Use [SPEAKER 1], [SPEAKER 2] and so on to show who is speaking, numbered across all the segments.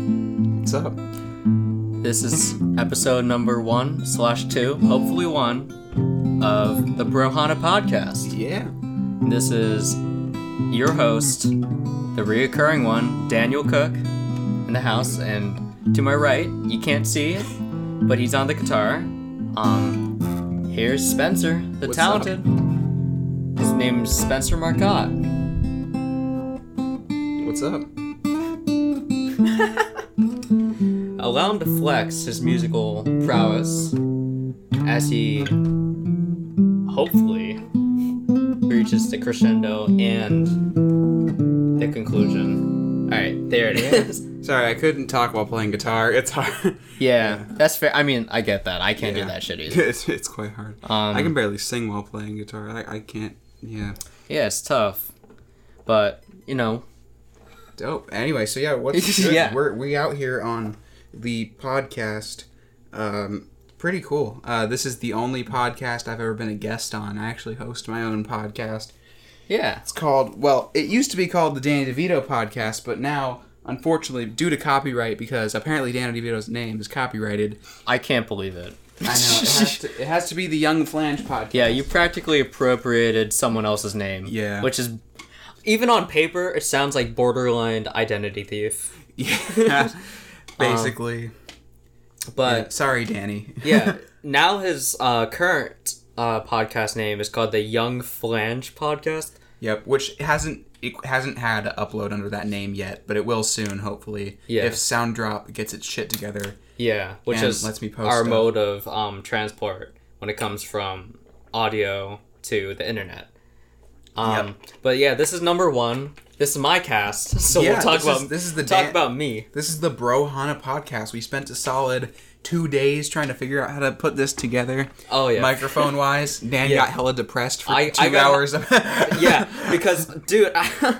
[SPEAKER 1] What's up?
[SPEAKER 2] This is episode number one slash two, hopefully one, of the Brohana podcast.
[SPEAKER 1] Yeah.
[SPEAKER 2] This is your host, the reoccurring one, Daniel Cook, in the house, and to my right, you can't see it, but he's on the guitar. Um, here's Spencer, the
[SPEAKER 1] What's up?
[SPEAKER 2] talented. His name's Spencer Marcotte.
[SPEAKER 1] What's up?
[SPEAKER 2] Allow him to flex his musical prowess as he hopefully reaches the crescendo and the conclusion. All right, there it is.
[SPEAKER 1] Sorry, I couldn't talk while playing guitar. It's hard.
[SPEAKER 2] yeah, that's fair. I mean, I get that. I can't
[SPEAKER 1] Yeah.
[SPEAKER 2] do that shit either.
[SPEAKER 1] it's, it's quite hard.
[SPEAKER 2] Um,
[SPEAKER 1] I can barely sing while playing guitar. I, I can't. Yeah.
[SPEAKER 2] Yeah, it's tough, but you know,
[SPEAKER 1] Dope. Anyway, so yeah, what's good?
[SPEAKER 2] Yeah.
[SPEAKER 1] We're we out here on the podcast. Um, pretty cool. Uh, this is the only podcast I've ever been a guest on. I actually host my own podcast.
[SPEAKER 2] yeah,
[SPEAKER 1] It's called, well, it used to be called the Danny DeVito podcast, but now, unfortunately, due to copyright, because apparently Danny DeVito's name is copyrighted,
[SPEAKER 2] I can't believe it.
[SPEAKER 1] I know, it has to, it has to be the Young Flange podcast.
[SPEAKER 2] Yeah, you practically appropriated someone else's name.
[SPEAKER 1] Yeah.
[SPEAKER 2] which is even on paper, it sounds like borderline identity thief.
[SPEAKER 1] Yeah.
[SPEAKER 2] Um,
[SPEAKER 1] Basically.
[SPEAKER 2] But
[SPEAKER 1] sorry, Danny.
[SPEAKER 2] uh, yeah, now his uh, current uh, podcast name is called the Young Flange Podcast.
[SPEAKER 1] yep, which hasn't it hasn't had an upload under that name yet, but it will soon, hopefully.
[SPEAKER 2] Yeah.
[SPEAKER 1] If Sound Drop gets its shit together.
[SPEAKER 2] Yeah, which
[SPEAKER 1] And
[SPEAKER 2] is
[SPEAKER 1] lets me post
[SPEAKER 2] our
[SPEAKER 1] stuff.
[SPEAKER 2] mode of um, transport when it comes from audio to the internet. Um, But yeah, this is number one. This is my cast, so
[SPEAKER 1] Yeah,
[SPEAKER 2] we'll talk
[SPEAKER 1] this
[SPEAKER 2] about
[SPEAKER 1] is- this is the
[SPEAKER 2] talk
[SPEAKER 1] dan-
[SPEAKER 2] about me.
[SPEAKER 1] This is the Bro Hana podcast. We spent a solid two days trying to figure out how to put this together.
[SPEAKER 2] Oh yeah,
[SPEAKER 1] microphone wise. Dan
[SPEAKER 2] Yeah.
[SPEAKER 1] got hella depressed for
[SPEAKER 2] I-
[SPEAKER 1] two
[SPEAKER 2] I got-
[SPEAKER 1] hours.
[SPEAKER 2] yeah, because dude, I,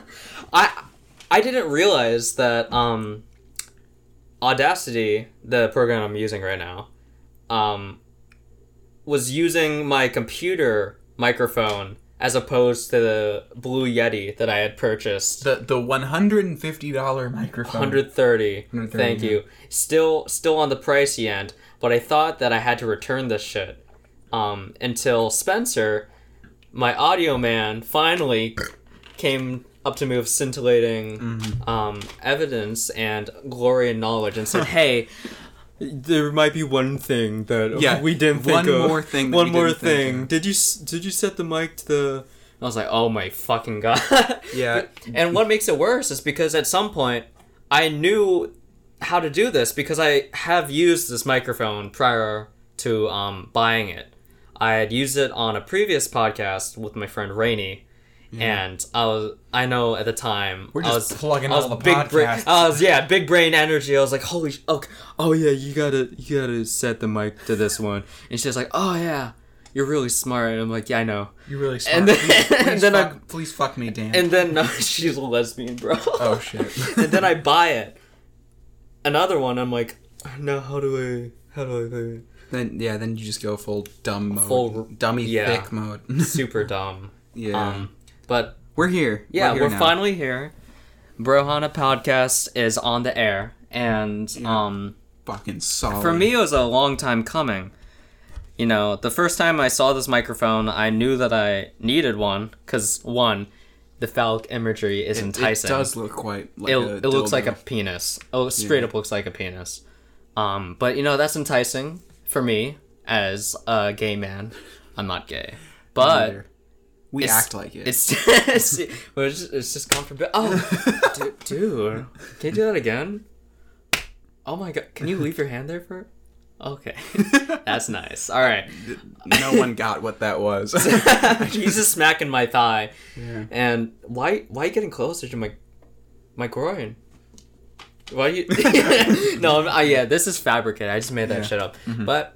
[SPEAKER 2] I I didn't realize that um Audacity, the program I'm using right now, um was using my computer microphone as opposed to the Blue Yeti that I had purchased.
[SPEAKER 1] the the one hundred and fifty dollar microphone.
[SPEAKER 2] 130.
[SPEAKER 1] 130,
[SPEAKER 2] Thank you. Still still on the pricey end, but I thought that I had to return this shit. Um until Spencer, my audio man, finally came up to me with scintillating
[SPEAKER 1] Mm-hmm.
[SPEAKER 2] um, evidence and glory and knowledge and said, "Hey, there might be one thing that
[SPEAKER 1] Yeah,
[SPEAKER 2] we didn't think
[SPEAKER 1] one
[SPEAKER 2] of.
[SPEAKER 1] more thing that
[SPEAKER 2] One
[SPEAKER 1] we
[SPEAKER 2] more
[SPEAKER 1] didn't think
[SPEAKER 2] thing.
[SPEAKER 1] of."
[SPEAKER 2] Did you s- did you set the mic to the?" I was like, "Oh my fucking god!"
[SPEAKER 1] Yeah.
[SPEAKER 2] And what makes it worse is because at some point I knew how to do this because I have used this microphone prior to um, buying it. I had used it on a previous podcast with my friend Rainey, and I was I know at the time
[SPEAKER 1] We're
[SPEAKER 2] I
[SPEAKER 1] just
[SPEAKER 2] was
[SPEAKER 1] plugging
[SPEAKER 2] I was
[SPEAKER 1] all the
[SPEAKER 2] big brain.
[SPEAKER 1] podcasts.
[SPEAKER 2] I was yeah, big brain energy. I was like, holy, sh- okay, oh yeah, you gotta you gotta set the mic to this one, and she was like, oh yeah, you're really smart, and I'm like, yeah, I know.
[SPEAKER 1] You're really smart.
[SPEAKER 2] And then-
[SPEAKER 1] please, please
[SPEAKER 2] and then I-
[SPEAKER 1] fuck, please fuck me, Dan.
[SPEAKER 2] And then no, she's a lesbian, bro.
[SPEAKER 1] oh shit.
[SPEAKER 2] and then I buy it. Another one, I'm like, now how do I how do I play it?
[SPEAKER 1] then yeah, then you just go full dumb mode.
[SPEAKER 2] Full-
[SPEAKER 1] dummy
[SPEAKER 2] yeah.
[SPEAKER 1] thick mode.
[SPEAKER 2] Super dumb.
[SPEAKER 1] yeah.
[SPEAKER 2] Um, but
[SPEAKER 1] we're here.
[SPEAKER 2] yeah,
[SPEAKER 1] here
[SPEAKER 2] we're
[SPEAKER 1] now.
[SPEAKER 2] finally here. Brohana podcast is on the air, and um,
[SPEAKER 1] Fucking solid.
[SPEAKER 2] for me, it was a long time coming. You know, the first time I saw this microphone, I knew that I needed one because one, the phallic imagery is enticing.
[SPEAKER 1] It does look quite like
[SPEAKER 2] it,
[SPEAKER 1] a
[SPEAKER 2] it looks
[SPEAKER 1] dildo.
[SPEAKER 2] like a penis. Oh, straight up looks like a penis. Um, but you know that's enticing for me as a gay man. I'm not gay, but
[SPEAKER 1] Neither. we
[SPEAKER 2] it's-
[SPEAKER 1] act like it.
[SPEAKER 2] it's it's, well, it's just, it's just comfortable. Oh, dude, dude, can you do that again? Oh my god, can you leave your hand there for? Okay, that's nice. All right,
[SPEAKER 1] no one got what that was.
[SPEAKER 2] he's just smacking my thigh, and why why are you getting closer to my my groin? Why you? no, I'm, I, yeah, this is fabricated. I just made that shit up.
[SPEAKER 1] Mm-hmm.
[SPEAKER 2] But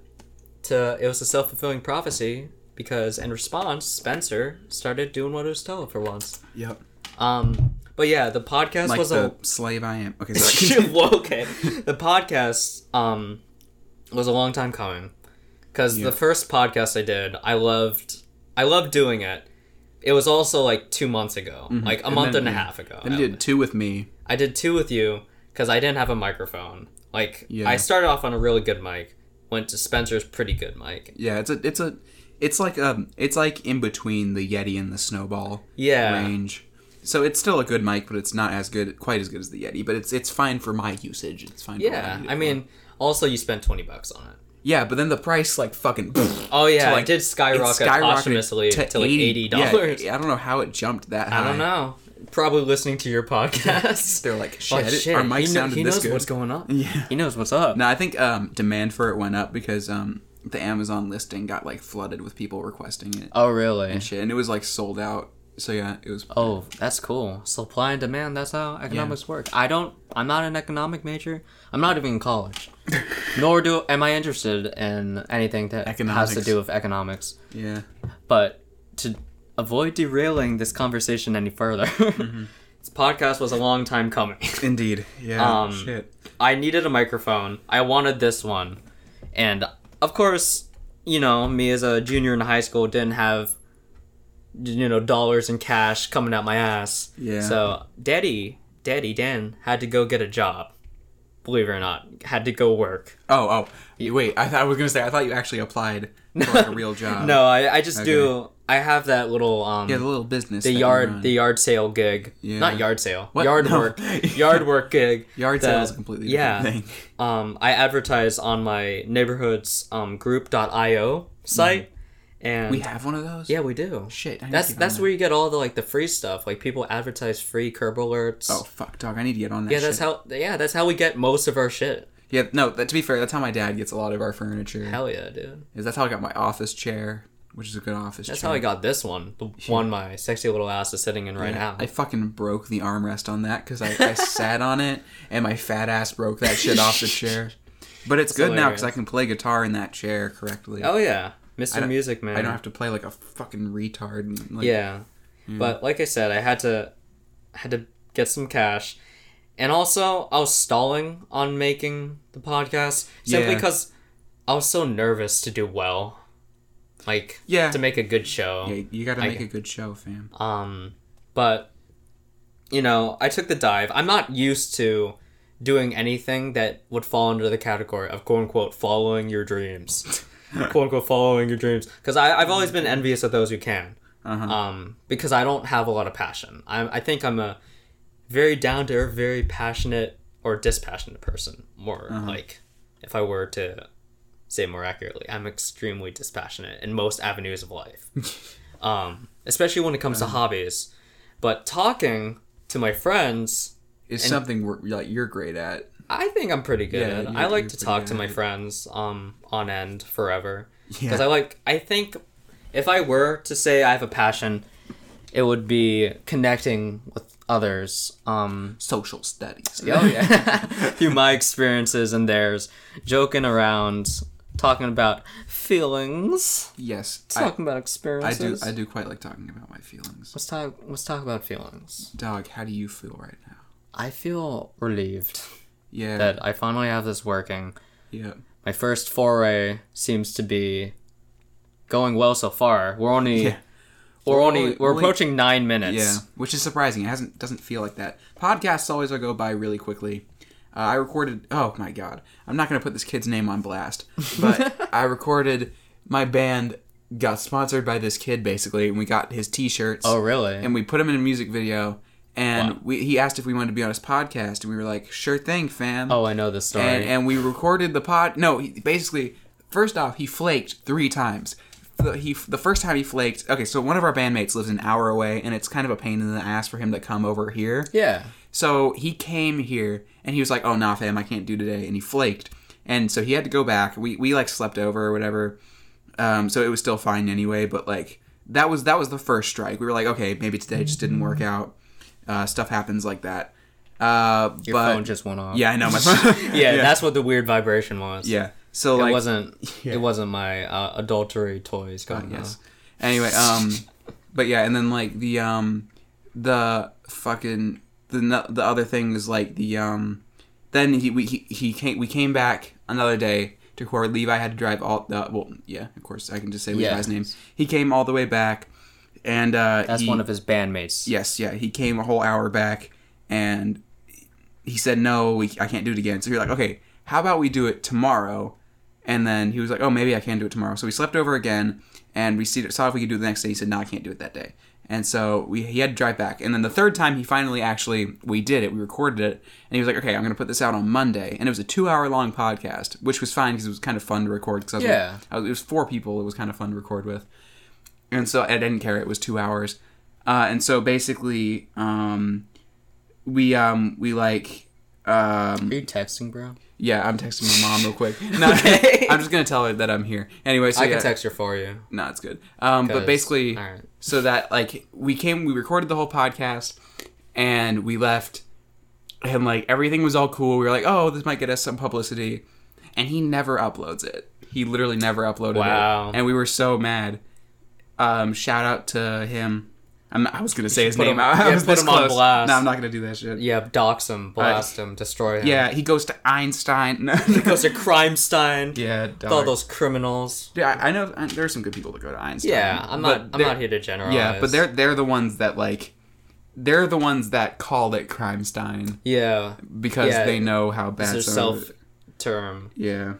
[SPEAKER 2] to it was a self fulfilling prophecy because in response, Spencer started doing what he was told for once.
[SPEAKER 1] yep.
[SPEAKER 2] Um, but yeah, the podcast
[SPEAKER 1] Like
[SPEAKER 2] was
[SPEAKER 1] the
[SPEAKER 2] a
[SPEAKER 1] slave I am. Okay, sorry.
[SPEAKER 2] Well, okay. The podcast um was a long time coming because the first podcast I did, I loved, I loved doing it. It was also like two months ago, like a month
[SPEAKER 1] then-
[SPEAKER 2] Mm-hmm. and a
[SPEAKER 1] yeah.
[SPEAKER 2] half ago.
[SPEAKER 1] and you did two with me.
[SPEAKER 2] I did two with you because I didn't have a microphone. Like
[SPEAKER 1] Yeah.
[SPEAKER 2] I started off on a really good mic, went to Spencer's pretty good mic.
[SPEAKER 1] Yeah, it's a it's a it's like um it's like in between the Yeti and the Snowball
[SPEAKER 2] Yeah.
[SPEAKER 1] range. So it's still a good mic, but it's not as good quite as good as the Yeti, but it's it's fine for my usage. It's fine for what
[SPEAKER 2] Yeah,
[SPEAKER 1] need it
[SPEAKER 2] I
[SPEAKER 1] for.
[SPEAKER 2] mean, also you spent twenty bucks on it.
[SPEAKER 1] Yeah, but then the price like fucking
[SPEAKER 2] Oh yeah,
[SPEAKER 1] So, like,
[SPEAKER 2] it did
[SPEAKER 1] it
[SPEAKER 2] skyrocket posthumously to, like eighty dollars.
[SPEAKER 1] Yeah, I don't know how it jumped that high.
[SPEAKER 2] I don't know. Probably listening to your podcast.
[SPEAKER 1] They're like, shit,
[SPEAKER 2] Like,
[SPEAKER 1] it-
[SPEAKER 2] shit,
[SPEAKER 1] our mic
[SPEAKER 2] he, kno-
[SPEAKER 1] sounded
[SPEAKER 2] he
[SPEAKER 1] this
[SPEAKER 2] knows
[SPEAKER 1] good.
[SPEAKER 2] what's going on.
[SPEAKER 1] Yeah.
[SPEAKER 2] He knows what's up.
[SPEAKER 1] No, I think um, demand for it went up because um, the Amazon listing got like flooded with people requesting it
[SPEAKER 2] Oh really?
[SPEAKER 1] and shit, and it was like sold out. So yeah, it was.
[SPEAKER 2] Oh, that's cool. Supply and demand, that's how economics work. I don't I'm not an economic major. I'm not even in college. Nor do am I interested in anything that has
[SPEAKER 1] Economics.
[SPEAKER 2] to do with economics.
[SPEAKER 1] Yeah,
[SPEAKER 2] But to avoid derailing this conversation any further,
[SPEAKER 1] Mm-hmm.
[SPEAKER 2] this podcast was a long time coming.
[SPEAKER 1] indeed. Yeah,
[SPEAKER 2] Um,
[SPEAKER 1] shit.
[SPEAKER 2] I needed a microphone. I wanted this one. And of course, you know, me as a junior in high school didn't have you know, dollars in cash coming out my ass.
[SPEAKER 1] Yeah.
[SPEAKER 2] So Daddy Daddy Dan had to go get a job. Believe it or not. Had to go work.
[SPEAKER 1] Oh, oh, you- wait. I thought I was gonna say. I thought you actually applied for like, a real job.
[SPEAKER 2] No, I, I just do I have that little um
[SPEAKER 1] yeah, the little business.
[SPEAKER 2] the
[SPEAKER 1] that you
[SPEAKER 2] yard
[SPEAKER 1] run.
[SPEAKER 2] the yard sale gig.
[SPEAKER 1] Yeah.
[SPEAKER 2] Not yard sale. Yard
[SPEAKER 1] No.
[SPEAKER 2] work. yard work gig.
[SPEAKER 1] yard
[SPEAKER 2] that-
[SPEAKER 1] sale is a completely
[SPEAKER 2] yeah.
[SPEAKER 1] different thing.
[SPEAKER 2] um, I advertise on my neighborhood's um, group.io site, and
[SPEAKER 1] Mm-hmm. We have one of those.
[SPEAKER 2] yeah, we do.
[SPEAKER 1] Shit. I need
[SPEAKER 2] That's
[SPEAKER 1] to get
[SPEAKER 2] that's
[SPEAKER 1] on
[SPEAKER 2] where you get all the like the free stuff. Like people advertise free curb alerts.
[SPEAKER 1] that. Oh fuck, dog! I need to get on that.
[SPEAKER 2] yeah, that's
[SPEAKER 1] shit. Mm-hmm.
[SPEAKER 2] how. Yeah, that's how we get most of our shit.
[SPEAKER 1] Yeah, no. That, to be fair, that's how my dad gets a lot of our furniture.
[SPEAKER 2] Hell yeah, dude.
[SPEAKER 1] is that's how I got my office chair, which is a good office
[SPEAKER 2] That's
[SPEAKER 1] chair.
[SPEAKER 2] how I got this one. The one my sexy little ass is sitting in right now.
[SPEAKER 1] I fucking broke the armrest on that because I, I sat on it and my fat ass broke that shit off the chair. But it's good now because I
[SPEAKER 2] hilarious.
[SPEAKER 1] can play guitar in that chair correctly.
[SPEAKER 2] oh yeah, Mr.
[SPEAKER 1] don't-
[SPEAKER 2] Music Man.
[SPEAKER 1] I don't have to play like a fucking retard. And, like, mm.
[SPEAKER 2] yeah. But like I said, I had to had to get some cash. And also I was stalling on making the podcast simply
[SPEAKER 1] Yeah.
[SPEAKER 2] cuz I was so nervous to do well. Like
[SPEAKER 1] Yeah.
[SPEAKER 2] to make a good show.
[SPEAKER 1] Yeah, you gotta
[SPEAKER 2] I-
[SPEAKER 1] make a good show, fam.
[SPEAKER 2] Um but you know, I took the dive. I'm not used to doing anything that would fall under the category of quote unquote following your dreams. quote unquote following your dreams because I've always been envious of those who can
[SPEAKER 1] Uh-huh.
[SPEAKER 2] um, because I don't have a lot of passion. I, I think I'm a very down to earth, very passionate or dispassionate person. More like, if I were to say more accurately, I'm extremely dispassionate in most avenues of life, um, especially when it comes to hobbies. But talking to my friends,
[SPEAKER 1] It's something we're, like you're great at.
[SPEAKER 2] I think I'm pretty good.
[SPEAKER 1] Yeah,
[SPEAKER 2] at.
[SPEAKER 1] you're-
[SPEAKER 2] I like
[SPEAKER 1] you're
[SPEAKER 2] to
[SPEAKER 1] pretty
[SPEAKER 2] talk
[SPEAKER 1] good
[SPEAKER 2] to
[SPEAKER 1] at
[SPEAKER 2] my
[SPEAKER 1] it.
[SPEAKER 2] friends um, on end forever
[SPEAKER 1] Yeah.
[SPEAKER 2] because I like. I think if I were to say I have a passion, it would be connecting with others. Um,
[SPEAKER 1] Social studies.
[SPEAKER 2] oh yeah, through my experiences and theirs, joking around, talking about feelings,
[SPEAKER 1] Yes. I,
[SPEAKER 2] talking about
[SPEAKER 1] I do.
[SPEAKER 2] experiences.
[SPEAKER 1] I do quite like talking about my feelings.
[SPEAKER 2] Let's talk. Let's talk about feelings.
[SPEAKER 1] Dog, how do you feel right now?
[SPEAKER 2] I feel relieved
[SPEAKER 1] Yeah.
[SPEAKER 2] that I finally have this working.
[SPEAKER 1] yeah.
[SPEAKER 2] my first foray seems to be going well so far. We're only
[SPEAKER 1] Yeah.
[SPEAKER 2] we're,
[SPEAKER 1] We're
[SPEAKER 2] only
[SPEAKER 1] only-
[SPEAKER 2] we're
[SPEAKER 1] only-
[SPEAKER 2] approaching nine minutes.
[SPEAKER 1] Yeah, which is surprising. It hasn't doesn't feel like that. Podcasts always go by really quickly. Uh, I recorded. Oh my god, I'm not gonna put this kid's name on blast, but I recorded. My band got sponsored by this kid basically, and we got his T-shirts.
[SPEAKER 2] Oh really?
[SPEAKER 1] And we put him in a music video, and we, he asked if we wanted to be on his podcast, and we were like, "Sure thing, fam."
[SPEAKER 2] oh, I know this story.
[SPEAKER 1] and, and we recorded the pod. No, he, basically, first off, he flaked three times. The, he the first time he flaked. Okay, so one of our bandmates lives an hour away, and it's kind of a pain in the ass for him to come over here.
[SPEAKER 2] yeah.
[SPEAKER 1] So he came here, and he was like, "Oh, nah, fam, I can't do today," and he flaked. And so he had to go back. We we like slept over or whatever. Um, so it was still fine anyway. But like that was that was the first strike. We were like, okay, maybe today just didn't
[SPEAKER 2] Mm-hmm.
[SPEAKER 1] work out. Uh, stuff happens like that. Uh,
[SPEAKER 2] Your
[SPEAKER 1] but
[SPEAKER 2] phone just went off.
[SPEAKER 1] yeah, I know my phone.
[SPEAKER 2] yeah, That's what the weird vibration was.
[SPEAKER 1] Yeah. So
[SPEAKER 2] It
[SPEAKER 1] like
[SPEAKER 2] wasn't. It wasn't my uh, adultery toys going.
[SPEAKER 1] Oh, yes. Anyway, um but yeah, and then like the um the fucking the no- the other thing is like the um then he we he, he came we came back another day to record. Levi had to drive all uh, well, yeah, of course I can just say
[SPEAKER 2] Yeah.
[SPEAKER 1] Levi's name. He came all the way back and uh
[SPEAKER 2] That's
[SPEAKER 1] he-
[SPEAKER 2] one of his bandmates.
[SPEAKER 1] Yes, yeah. He came a whole hour back and he said, no, we, I can't do it again. So you're like, okay, how about we do it tomorrow? And then he was like, oh, maybe I can do it tomorrow. So we slept over again, and we see- saw if we could do it the next day. He said, no, I can't do it that day. And so we, he had to drive back. And then the third time, he finally actually, we did it. We recorded it. And he was like, okay, I'm going to put this out on Monday. And it was a two hour long podcast, which was fine because it was kind of fun to record. Cause I was with-
[SPEAKER 3] Yeah.
[SPEAKER 1] I was, it was four people. It was kind of fun to record with. And so I didn't care. It was two hours. Uh, and so basically, um, we, um, we like, um,
[SPEAKER 3] Are you texting, bro?
[SPEAKER 1] yeah, I'm texting my mom real quick. No, I'm just gonna tell her that I'm here. Anyway, so
[SPEAKER 2] I
[SPEAKER 1] yeah,
[SPEAKER 2] can text her for you.
[SPEAKER 1] no, it's good. Um, but
[SPEAKER 2] 'cause-
[SPEAKER 1] basically,
[SPEAKER 2] all right.
[SPEAKER 1] so that like we came, we recorded the whole podcast, and we left, and like everything was all cool. We were like, oh, this might get us some publicity, and he never uploads it. He literally never uploaded
[SPEAKER 2] Wow.
[SPEAKER 1] it, and we were so mad. Um, shout out to him. I'm, I was gonna say his
[SPEAKER 2] put him-
[SPEAKER 1] name. I, I
[SPEAKER 2] yeah,
[SPEAKER 1] was
[SPEAKER 2] put
[SPEAKER 1] this
[SPEAKER 2] him on
[SPEAKER 1] close.
[SPEAKER 2] blast.
[SPEAKER 1] No, I'm not gonna do that shit. Yeah,
[SPEAKER 2] Yeah, dox him, blast him, destroy him.
[SPEAKER 1] he goes to Einstein. No,
[SPEAKER 2] Goes to Crimestein.
[SPEAKER 1] yeah,
[SPEAKER 2] With all
[SPEAKER 1] dog.
[SPEAKER 2] those criminals.
[SPEAKER 1] Yeah, I I know I, there are some good people that go to Einstein.
[SPEAKER 2] Yeah, I'm
[SPEAKER 1] but
[SPEAKER 2] not. I'm
[SPEAKER 1] they're-
[SPEAKER 2] not here to generalize.
[SPEAKER 1] Yeah, but they're they're the ones that like they're the ones that call it Crimestein
[SPEAKER 2] yeah.
[SPEAKER 1] because
[SPEAKER 2] Yeah,
[SPEAKER 1] they know how bad
[SPEAKER 2] It's their
[SPEAKER 1] some of
[SPEAKER 2] self
[SPEAKER 1] it-
[SPEAKER 2] term,
[SPEAKER 1] Yeah,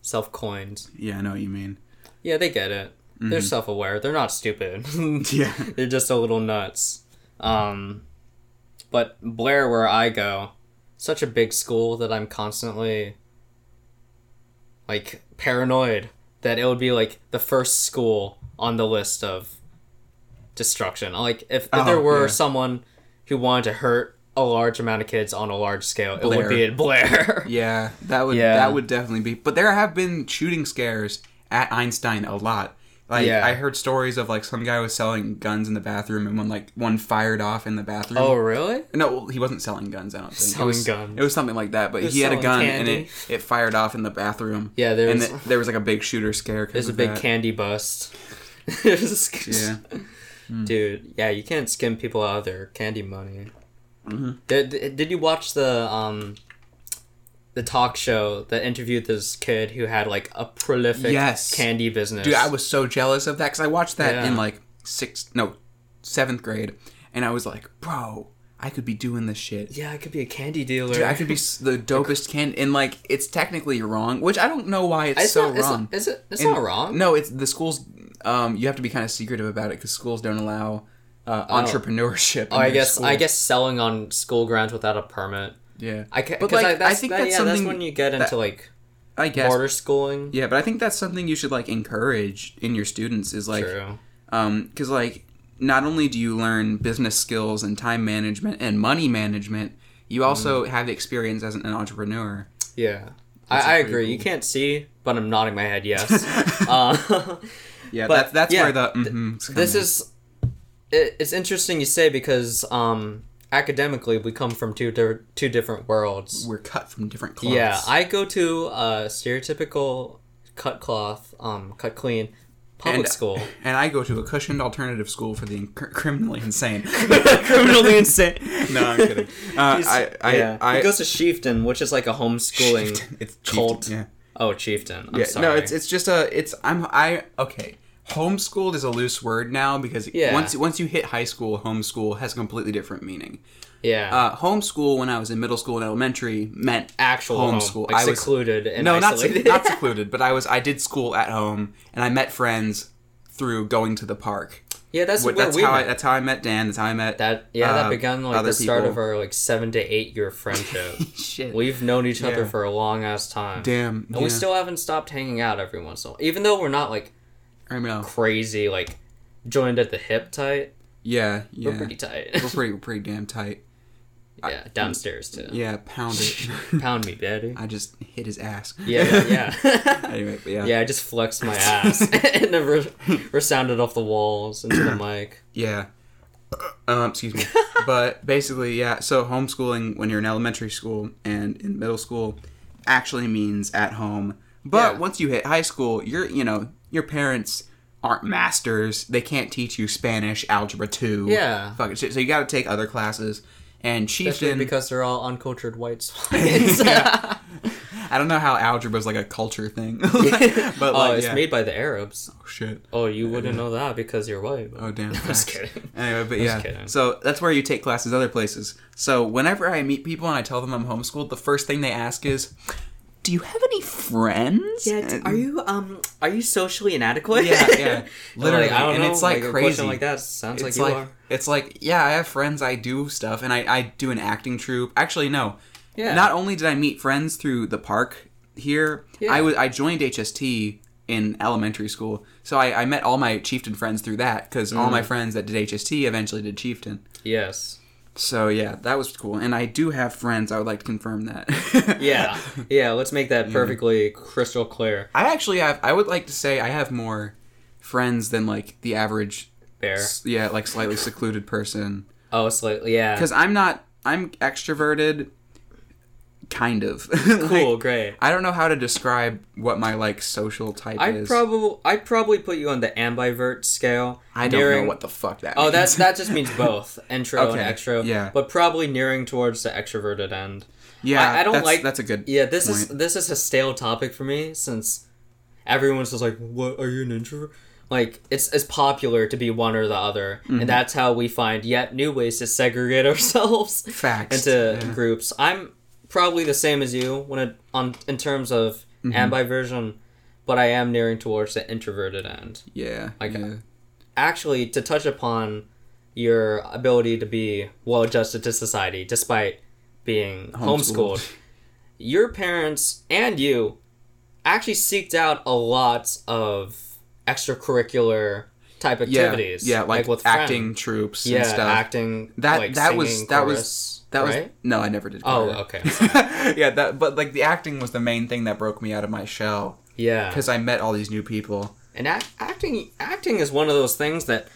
[SPEAKER 2] self coined.
[SPEAKER 1] yeah, I know what you mean.
[SPEAKER 2] Yeah, they get it. They're
[SPEAKER 1] Mm-hmm.
[SPEAKER 2] self aware. They're not stupid.
[SPEAKER 1] Yeah,
[SPEAKER 2] They're just a little nuts. Um, but Blair, where I go, such a big school that I'm constantly like paranoid that it would be like the first school on the list of destruction. Like if, if
[SPEAKER 1] Oh,
[SPEAKER 2] there were
[SPEAKER 1] yeah.
[SPEAKER 2] someone who wanted to hurt a large amount of kids on a large scale, it
[SPEAKER 1] Blair.
[SPEAKER 2] would be at Blair.
[SPEAKER 1] yeah, that would
[SPEAKER 2] Yeah.
[SPEAKER 1] that would definitely be. But there have been shooting scares at Einstein a lot. Like
[SPEAKER 2] Yeah.
[SPEAKER 1] I heard stories of like some guy was selling guns in the bathroom and one like one fired off in the bathroom.
[SPEAKER 2] oh, really?
[SPEAKER 1] No, well, he wasn't selling guns. I don't think
[SPEAKER 2] Selling
[SPEAKER 1] it was,
[SPEAKER 2] guns.
[SPEAKER 1] It was something like that. But
[SPEAKER 2] was
[SPEAKER 1] he had
[SPEAKER 2] selling
[SPEAKER 1] a gun
[SPEAKER 2] candy.
[SPEAKER 1] and it, it fired off in the bathroom.
[SPEAKER 2] Yeah, there
[SPEAKER 1] and
[SPEAKER 2] was-
[SPEAKER 1] it- there was like a big shooter scare.
[SPEAKER 2] There's a big candy bust. yeah.
[SPEAKER 1] Yeah. Hmm.
[SPEAKER 2] Dude, yeah, you can't skim people out of their candy money.
[SPEAKER 1] Mm-hmm.
[SPEAKER 2] Did, did you watch the um the talk show that interviewed this kid who had like a prolific
[SPEAKER 1] Yes.
[SPEAKER 2] candy business?
[SPEAKER 1] Dude, I was so jealous of that because I watched that
[SPEAKER 2] Yeah.
[SPEAKER 1] in like sixth, no, seventh grade, and I was like, bro, I could be doing this shit.
[SPEAKER 2] Yeah, I could be a candy dealer.
[SPEAKER 1] Dude, I could be s- the dopest can, and like it's technically wrong, which I don't know why it's,
[SPEAKER 2] It's
[SPEAKER 1] so
[SPEAKER 2] not, it's-
[SPEAKER 1] wrong.
[SPEAKER 2] Is it? It's
[SPEAKER 1] And-
[SPEAKER 2] not wrong.
[SPEAKER 1] No, it's the schools. Um, you have to be kind of secretive about it because schools don't allow uh, entrepreneurship.
[SPEAKER 2] Oh, I guess I guess selling on school grounds without a permit.
[SPEAKER 1] Yeah,
[SPEAKER 2] I ca-
[SPEAKER 1] But,
[SPEAKER 2] 'cause
[SPEAKER 1] like,
[SPEAKER 2] I,
[SPEAKER 1] I
[SPEAKER 2] that's,
[SPEAKER 1] think
[SPEAKER 2] that-
[SPEAKER 1] that's
[SPEAKER 2] yeah, that's
[SPEAKER 1] something
[SPEAKER 2] when you get into
[SPEAKER 1] that-
[SPEAKER 2] like
[SPEAKER 1] I guess.
[SPEAKER 2] border schooling.
[SPEAKER 1] Yeah, but I think that's something you should like encourage in your students is like,
[SPEAKER 2] True.
[SPEAKER 1] um, because like not only do you learn business skills and time management and money management, you also have experience as an entrepreneur.
[SPEAKER 2] Yeah.
[SPEAKER 1] That's
[SPEAKER 2] I, I
[SPEAKER 1] pretty
[SPEAKER 2] agree. You
[SPEAKER 1] cool.
[SPEAKER 2] can't see, but I'm nodding my head yes. uh,
[SPEAKER 1] Yeah,
[SPEAKER 2] But,
[SPEAKER 1] that's that's
[SPEAKER 2] yeah,
[SPEAKER 1] where the mhm come
[SPEAKER 2] this
[SPEAKER 1] in.
[SPEAKER 2] is it, it's interesting you say because um academically we come from two di- two different worlds.
[SPEAKER 1] we're cut from different cloths.
[SPEAKER 2] Yeah, I go to a stereotypical cut cloth um cut clean public
[SPEAKER 1] And-
[SPEAKER 2] school.
[SPEAKER 1] and I go to a cushioned alternative school for the inc- criminally insane.
[SPEAKER 2] Criminally insane.
[SPEAKER 1] no, I'm kidding. Uh, I, I,
[SPEAKER 2] yeah.
[SPEAKER 1] I,
[SPEAKER 2] it goes to Chieftain, which is like a homeschooling.
[SPEAKER 1] it's
[SPEAKER 2] cult.
[SPEAKER 1] chiefed- Yeah.
[SPEAKER 2] Oh, Chieftain. I'm
[SPEAKER 1] Yeah,
[SPEAKER 2] sorry.
[SPEAKER 1] no, it's it's just a it's I'm I okay. Homeschooled is a loose word now because
[SPEAKER 2] Yeah.
[SPEAKER 1] once once you hit high school, homeschool has a completely different meaning.
[SPEAKER 2] yeah.
[SPEAKER 1] Uh, homeschool when I was in middle school and elementary meant
[SPEAKER 2] Actual
[SPEAKER 1] homeschool.
[SPEAKER 2] homeschool. Like
[SPEAKER 1] I was-
[SPEAKER 2] secluded and
[SPEAKER 1] no, not,
[SPEAKER 2] isolated.
[SPEAKER 1] not secluded, but I was I did school at home and I met friends through going to the park.
[SPEAKER 2] yeah, that's
[SPEAKER 1] Wh-
[SPEAKER 2] where
[SPEAKER 1] that's
[SPEAKER 2] we
[SPEAKER 1] how I,
[SPEAKER 2] met.
[SPEAKER 1] that's how I met Dan. That's how I met
[SPEAKER 2] That yeah,
[SPEAKER 1] uh,
[SPEAKER 2] that began like
[SPEAKER 1] other
[SPEAKER 2] the start of
[SPEAKER 1] people.
[SPEAKER 2] our like seven to eight year friendship.
[SPEAKER 1] shit.
[SPEAKER 2] We've known each other
[SPEAKER 1] Yeah.
[SPEAKER 2] for a long ass time.
[SPEAKER 1] Damn,
[SPEAKER 2] And we
[SPEAKER 1] yeah.
[SPEAKER 2] still haven't stopped hanging out every once in a while. Even though we're not like
[SPEAKER 1] I know.
[SPEAKER 2] crazy, like joined at the hip tight.
[SPEAKER 1] Yeah, yeah.
[SPEAKER 2] We're pretty tight.
[SPEAKER 1] We're pretty, pretty damn tight.
[SPEAKER 2] yeah, downstairs too.
[SPEAKER 1] Yeah, pound it.
[SPEAKER 2] Pound me, daddy.
[SPEAKER 1] I just hit his ass.
[SPEAKER 2] Yeah, yeah. Yeah.
[SPEAKER 1] anyway, but yeah.
[SPEAKER 2] yeah, I just flexed my ass and it re- resounded off the walls into the mic.
[SPEAKER 1] Yeah. Um, excuse me. but basically, yeah. So homeschooling when you're in elementary school and in middle school actually means at home. But
[SPEAKER 2] Yeah.
[SPEAKER 1] once you hit high school, you're you know your parents aren't masters. They can't teach you Spanish, algebra two,
[SPEAKER 2] Yeah.
[SPEAKER 1] fucking shit. So you got to take other classes. And
[SPEAKER 2] Especially
[SPEAKER 1] chieftain,
[SPEAKER 2] because they're all uncultured whites. yeah.
[SPEAKER 1] I don't know how algebra is like a culture thing, but like,
[SPEAKER 2] oh, it's
[SPEAKER 1] yeah.
[SPEAKER 2] made by the Arabs.
[SPEAKER 1] oh, shit.
[SPEAKER 2] Oh, you wouldn't know that because you're white.
[SPEAKER 1] Oh damn!
[SPEAKER 2] Just
[SPEAKER 1] facts.
[SPEAKER 2] kidding.
[SPEAKER 1] Anyway, but yeah,
[SPEAKER 2] kidding.
[SPEAKER 1] so that's where you take classes other places. So whenever I meet people and I tell them I'm homeschooled, the first thing they ask is, do you have any friends?
[SPEAKER 2] Yeah, d-
[SPEAKER 1] And-
[SPEAKER 2] are you um are you socially inadequate?
[SPEAKER 1] Yeah, yeah. Literally,
[SPEAKER 2] Like, I don't
[SPEAKER 1] and
[SPEAKER 2] know,
[SPEAKER 1] it's like,
[SPEAKER 2] a
[SPEAKER 1] crazy.
[SPEAKER 2] question like that sounds like
[SPEAKER 1] it's
[SPEAKER 2] you
[SPEAKER 1] like,
[SPEAKER 2] are.
[SPEAKER 1] it's like yeah, I have friends. I do stuff, and I I do an acting troupe. Actually, no.
[SPEAKER 2] Yeah.
[SPEAKER 1] Not only did I meet friends through the park here,
[SPEAKER 2] Yeah.
[SPEAKER 1] I was I joined HST in elementary school, so I, I met all my chieftain friends through that because all
[SPEAKER 2] Mm.
[SPEAKER 1] my friends that did HST eventually did chieftain.
[SPEAKER 2] Yes.
[SPEAKER 1] So yeah, that was cool, and I do have friends. I would like to confirm that.
[SPEAKER 2] Yeah. Yeah. Let's make
[SPEAKER 1] Mm-hmm.
[SPEAKER 2] that perfectly crystal clear.
[SPEAKER 1] I actually have. I would like to say I have more friends than like the average.
[SPEAKER 2] Bear.
[SPEAKER 1] s- Yeah, like slightly secluded person.
[SPEAKER 2] Oh, slightly. Yeah.
[SPEAKER 1] because I'm not. I'm extroverted, kind of.
[SPEAKER 2] Cool.
[SPEAKER 1] Like,
[SPEAKER 2] great.
[SPEAKER 1] I don't know how to describe what my like social type
[SPEAKER 2] I
[SPEAKER 1] is.
[SPEAKER 2] probably I probably put you on the ambivert scale.
[SPEAKER 1] I don't
[SPEAKER 2] nearing-
[SPEAKER 1] know what the fuck that.
[SPEAKER 2] Oh,
[SPEAKER 1] means.
[SPEAKER 2] that's that just means both intro
[SPEAKER 1] Okay,
[SPEAKER 2] and extro.
[SPEAKER 1] yeah.
[SPEAKER 2] But probably nearing towards the extroverted end.
[SPEAKER 1] yeah.
[SPEAKER 2] I- I don't
[SPEAKER 1] that's,
[SPEAKER 2] like-
[SPEAKER 1] That's a good.
[SPEAKER 2] Yeah, this is
[SPEAKER 1] point.
[SPEAKER 2] this is a stale topic for me since everyone's just like, "What are you an introvert?" Like it's it's popular to be one or the other,
[SPEAKER 1] Mm-hmm.
[SPEAKER 2] and that's how we find yet new ways to segregate ourselves
[SPEAKER 1] Facts.
[SPEAKER 2] into
[SPEAKER 1] Yeah.
[SPEAKER 2] groups. I'm probably the same as you when it on in terms of
[SPEAKER 1] Mm-hmm.
[SPEAKER 2] ambiversion, but I am nearing towards the introverted end.
[SPEAKER 1] Yeah.
[SPEAKER 2] Like,
[SPEAKER 1] yeah.
[SPEAKER 2] Actually, to touch upon your ability to be well adjusted to society despite being
[SPEAKER 1] Homeschooled.
[SPEAKER 2] homeschooled your parents and you actually seeked out a lot of extracurricular type
[SPEAKER 1] Yeah,
[SPEAKER 2] activities.
[SPEAKER 1] Yeah, like, acting
[SPEAKER 2] friends.
[SPEAKER 1] troops
[SPEAKER 2] yeah,
[SPEAKER 1] and stuff.
[SPEAKER 2] acting.
[SPEAKER 1] that
[SPEAKER 2] like,
[SPEAKER 1] that was
[SPEAKER 2] singing
[SPEAKER 1] that was
[SPEAKER 2] chorus,
[SPEAKER 1] that was
[SPEAKER 2] right?
[SPEAKER 1] no, I never did.
[SPEAKER 2] Oh,
[SPEAKER 1] choir.
[SPEAKER 2] okay.
[SPEAKER 1] yeah, that but like the acting was the main thing that broke me out of my shell
[SPEAKER 2] Yeah,
[SPEAKER 1] because I met all these new people.
[SPEAKER 2] and act, acting acting is one of those things that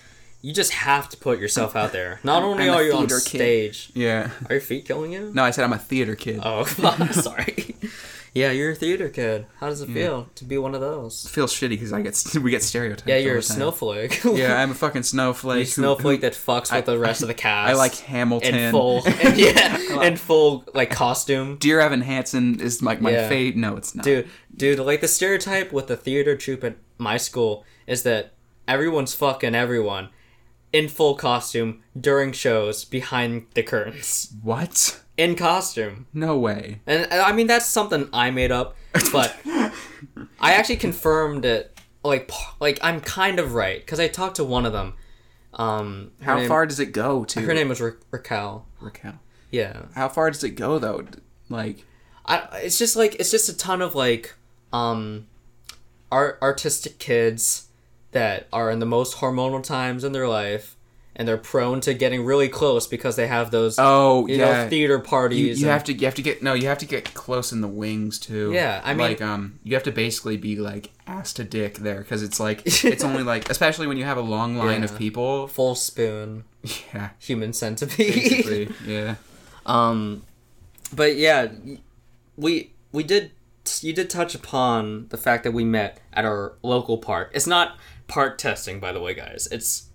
[SPEAKER 2] you just have to put yourself out there. Not only
[SPEAKER 1] I'm a
[SPEAKER 2] are you on
[SPEAKER 1] theater kid.
[SPEAKER 2] stage,
[SPEAKER 1] Yeah.
[SPEAKER 2] are your feet killing you?
[SPEAKER 1] No, I said I'm a theater kid.
[SPEAKER 2] Oh, sorry. Yeah, you're a theater kid. How does it
[SPEAKER 1] Hmm.
[SPEAKER 2] feel to be one of those?
[SPEAKER 1] feels shitty because I get st- we get stereotyped.
[SPEAKER 2] Yeah,
[SPEAKER 1] all
[SPEAKER 2] you're
[SPEAKER 1] the
[SPEAKER 2] a
[SPEAKER 1] time.
[SPEAKER 2] snowflake.
[SPEAKER 1] Yeah, I'm a fucking snowflake.
[SPEAKER 2] a
[SPEAKER 1] who-
[SPEAKER 2] snowflake that fucks with the rest of the cast.
[SPEAKER 1] I like Hamilton.
[SPEAKER 2] in full, and yeah, in full like costume.
[SPEAKER 1] Dear Evan Hansen is like my
[SPEAKER 2] Yeah.
[SPEAKER 1] fate. No, it's not.
[SPEAKER 2] Dude, dude, like the stereotype with the theater troupe at my school is that everyone's fucking everyone in full costume during shows behind the curtains
[SPEAKER 1] What?
[SPEAKER 2] in costume.
[SPEAKER 1] No way.
[SPEAKER 2] And and I mean that's something I made up, but I actually confirmed it. Like, p- like I'm kind of right because I talked to one of them. Um, her
[SPEAKER 1] How
[SPEAKER 2] name-
[SPEAKER 1] far does it go to?
[SPEAKER 2] Her name was Ra- Raquel.
[SPEAKER 1] Raquel.
[SPEAKER 2] Yeah,
[SPEAKER 1] How far does it go though? D- Like,
[SPEAKER 2] I, it's just like it's just a ton of like um art artistic kids that are in the most hormonal times in their life and they're prone to getting really close because they have those
[SPEAKER 1] oh
[SPEAKER 2] you
[SPEAKER 1] yeah.
[SPEAKER 2] know theater parties
[SPEAKER 1] you,
[SPEAKER 2] and-
[SPEAKER 1] you have to you have to get no you have to get close in the wings too
[SPEAKER 2] Yeah, I mean-
[SPEAKER 1] like um you have to basically be like ass to dick there because it's like it's only like especially when you have a long line of
[SPEAKER 2] Yeah.
[SPEAKER 1] people
[SPEAKER 2] full spoon
[SPEAKER 1] yeah
[SPEAKER 2] human centipede
[SPEAKER 1] basically yeah
[SPEAKER 2] um but yeah y- we we did you did touch upon the fact that we met at our local park it's not park testing by the way guys it's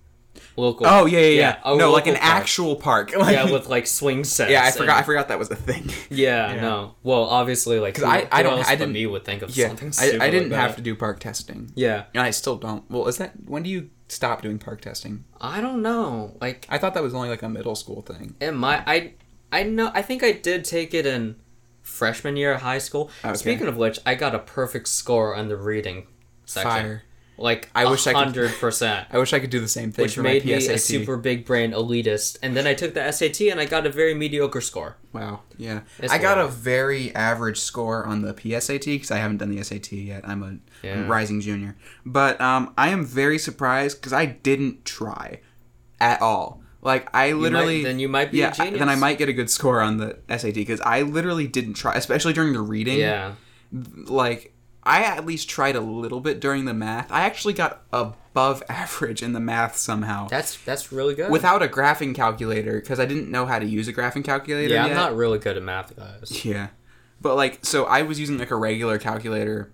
[SPEAKER 2] local
[SPEAKER 1] Oh yeah, yeah, yeah.
[SPEAKER 2] a
[SPEAKER 1] no, like
[SPEAKER 2] local
[SPEAKER 1] an
[SPEAKER 2] park.
[SPEAKER 1] actual park. Like,
[SPEAKER 2] yeah, with like swing sets.
[SPEAKER 1] yeah, I
[SPEAKER 2] and-
[SPEAKER 1] forgot. I forgot that was a thing.
[SPEAKER 2] yeah,
[SPEAKER 1] Yeah.
[SPEAKER 2] no. Well, obviously, like who-
[SPEAKER 1] I- I
[SPEAKER 2] who
[SPEAKER 1] don't-
[SPEAKER 2] else
[SPEAKER 1] I
[SPEAKER 2] but
[SPEAKER 1] didn't-
[SPEAKER 2] Me would think of
[SPEAKER 1] Yeah,
[SPEAKER 2] something.
[SPEAKER 1] I,
[SPEAKER 2] Stupid
[SPEAKER 1] I didn't
[SPEAKER 2] like
[SPEAKER 1] have
[SPEAKER 2] that.
[SPEAKER 1] to do park testing.
[SPEAKER 2] Yeah,
[SPEAKER 1] and I still don't. Well, is that when do you stop doing park testing?
[SPEAKER 2] I don't know. Like
[SPEAKER 1] I thought that was only like a middle school thing.
[SPEAKER 2] in my, I, I know. I think I did take it in freshman year of high school.
[SPEAKER 1] Okay.
[SPEAKER 2] Speaking of which, I got a perfect score on the reading section.
[SPEAKER 1] Fire.
[SPEAKER 2] Like
[SPEAKER 1] I wish I could-
[SPEAKER 2] hundred percent.
[SPEAKER 1] I wish I could do the same thing
[SPEAKER 2] Which
[SPEAKER 1] for
[SPEAKER 2] made
[SPEAKER 1] my
[SPEAKER 2] me
[SPEAKER 1] PSAT.
[SPEAKER 2] a super big brain elitist, and then I took the SAT and I got a very mediocre score.
[SPEAKER 1] Wow. Yeah.
[SPEAKER 2] It's
[SPEAKER 1] I got a
[SPEAKER 2] wild.
[SPEAKER 1] very average score on the PSAT because I haven't done the SAT yet. I'm a I'm a
[SPEAKER 2] Yeah.
[SPEAKER 1] rising junior. But um, I am very surprised because I didn't try at all. Like, I literally.
[SPEAKER 2] then you might be a
[SPEAKER 1] yeah, I- Then I
[SPEAKER 2] genius.
[SPEAKER 1] might get a good score on the SAT because I literally didn't try, especially during the reading.
[SPEAKER 2] Yeah,
[SPEAKER 1] Like, I at least tried a little bit during the math. I actually got above average in the math somehow.
[SPEAKER 2] that's that's really good.
[SPEAKER 1] Without a graphing calculator, because I didn't know how to use a graphing calculator.
[SPEAKER 2] yeah,
[SPEAKER 1] yet.
[SPEAKER 2] I'm not really good at math, guys.
[SPEAKER 1] Yeah. But like, so I was using like a regular calculator,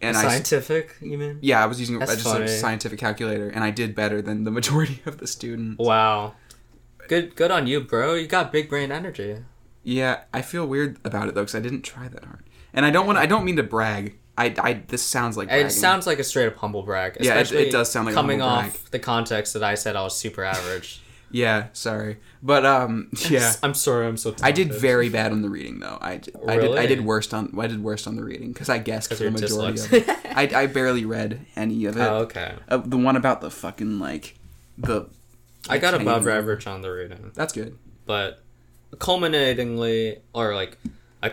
[SPEAKER 1] and I s-
[SPEAKER 2] Scientific, you mean?
[SPEAKER 1] yeah I was using a
[SPEAKER 2] That's
[SPEAKER 1] just a
[SPEAKER 2] funny.
[SPEAKER 1] scientific calculator, and I did better than the majority of the students.
[SPEAKER 2] Wow. Good good on you, bro. You got big brain energy.
[SPEAKER 1] Yeah, I feel weird about it though, because I didn't try that hard, and I don't want I don't mean to brag. I, I this sounds like bragging.
[SPEAKER 2] It sounds like a straight up humble brag.
[SPEAKER 1] Yeah, it- it
[SPEAKER 2] especially
[SPEAKER 1] does sound like a
[SPEAKER 2] coming
[SPEAKER 1] humble
[SPEAKER 2] off the context that I said I was super average.
[SPEAKER 1] Yeah, sorry, but um, yeah,
[SPEAKER 2] I'm sorry, I'm so. Talented.
[SPEAKER 1] I did very bad on the reading though. I, d- I did I
[SPEAKER 2] Really?
[SPEAKER 1] did worst on I did worst on the reading because I guessed for the
[SPEAKER 2] you're
[SPEAKER 1] majority of it.
[SPEAKER 2] dyslexic.
[SPEAKER 1] I, I barely read any of it.
[SPEAKER 2] Oh, okay.
[SPEAKER 1] Uh, the one about the fucking like the
[SPEAKER 2] I got
[SPEAKER 1] can't
[SPEAKER 2] above
[SPEAKER 1] even-
[SPEAKER 2] average on the reading,
[SPEAKER 1] That's good.
[SPEAKER 2] but culminatingly or like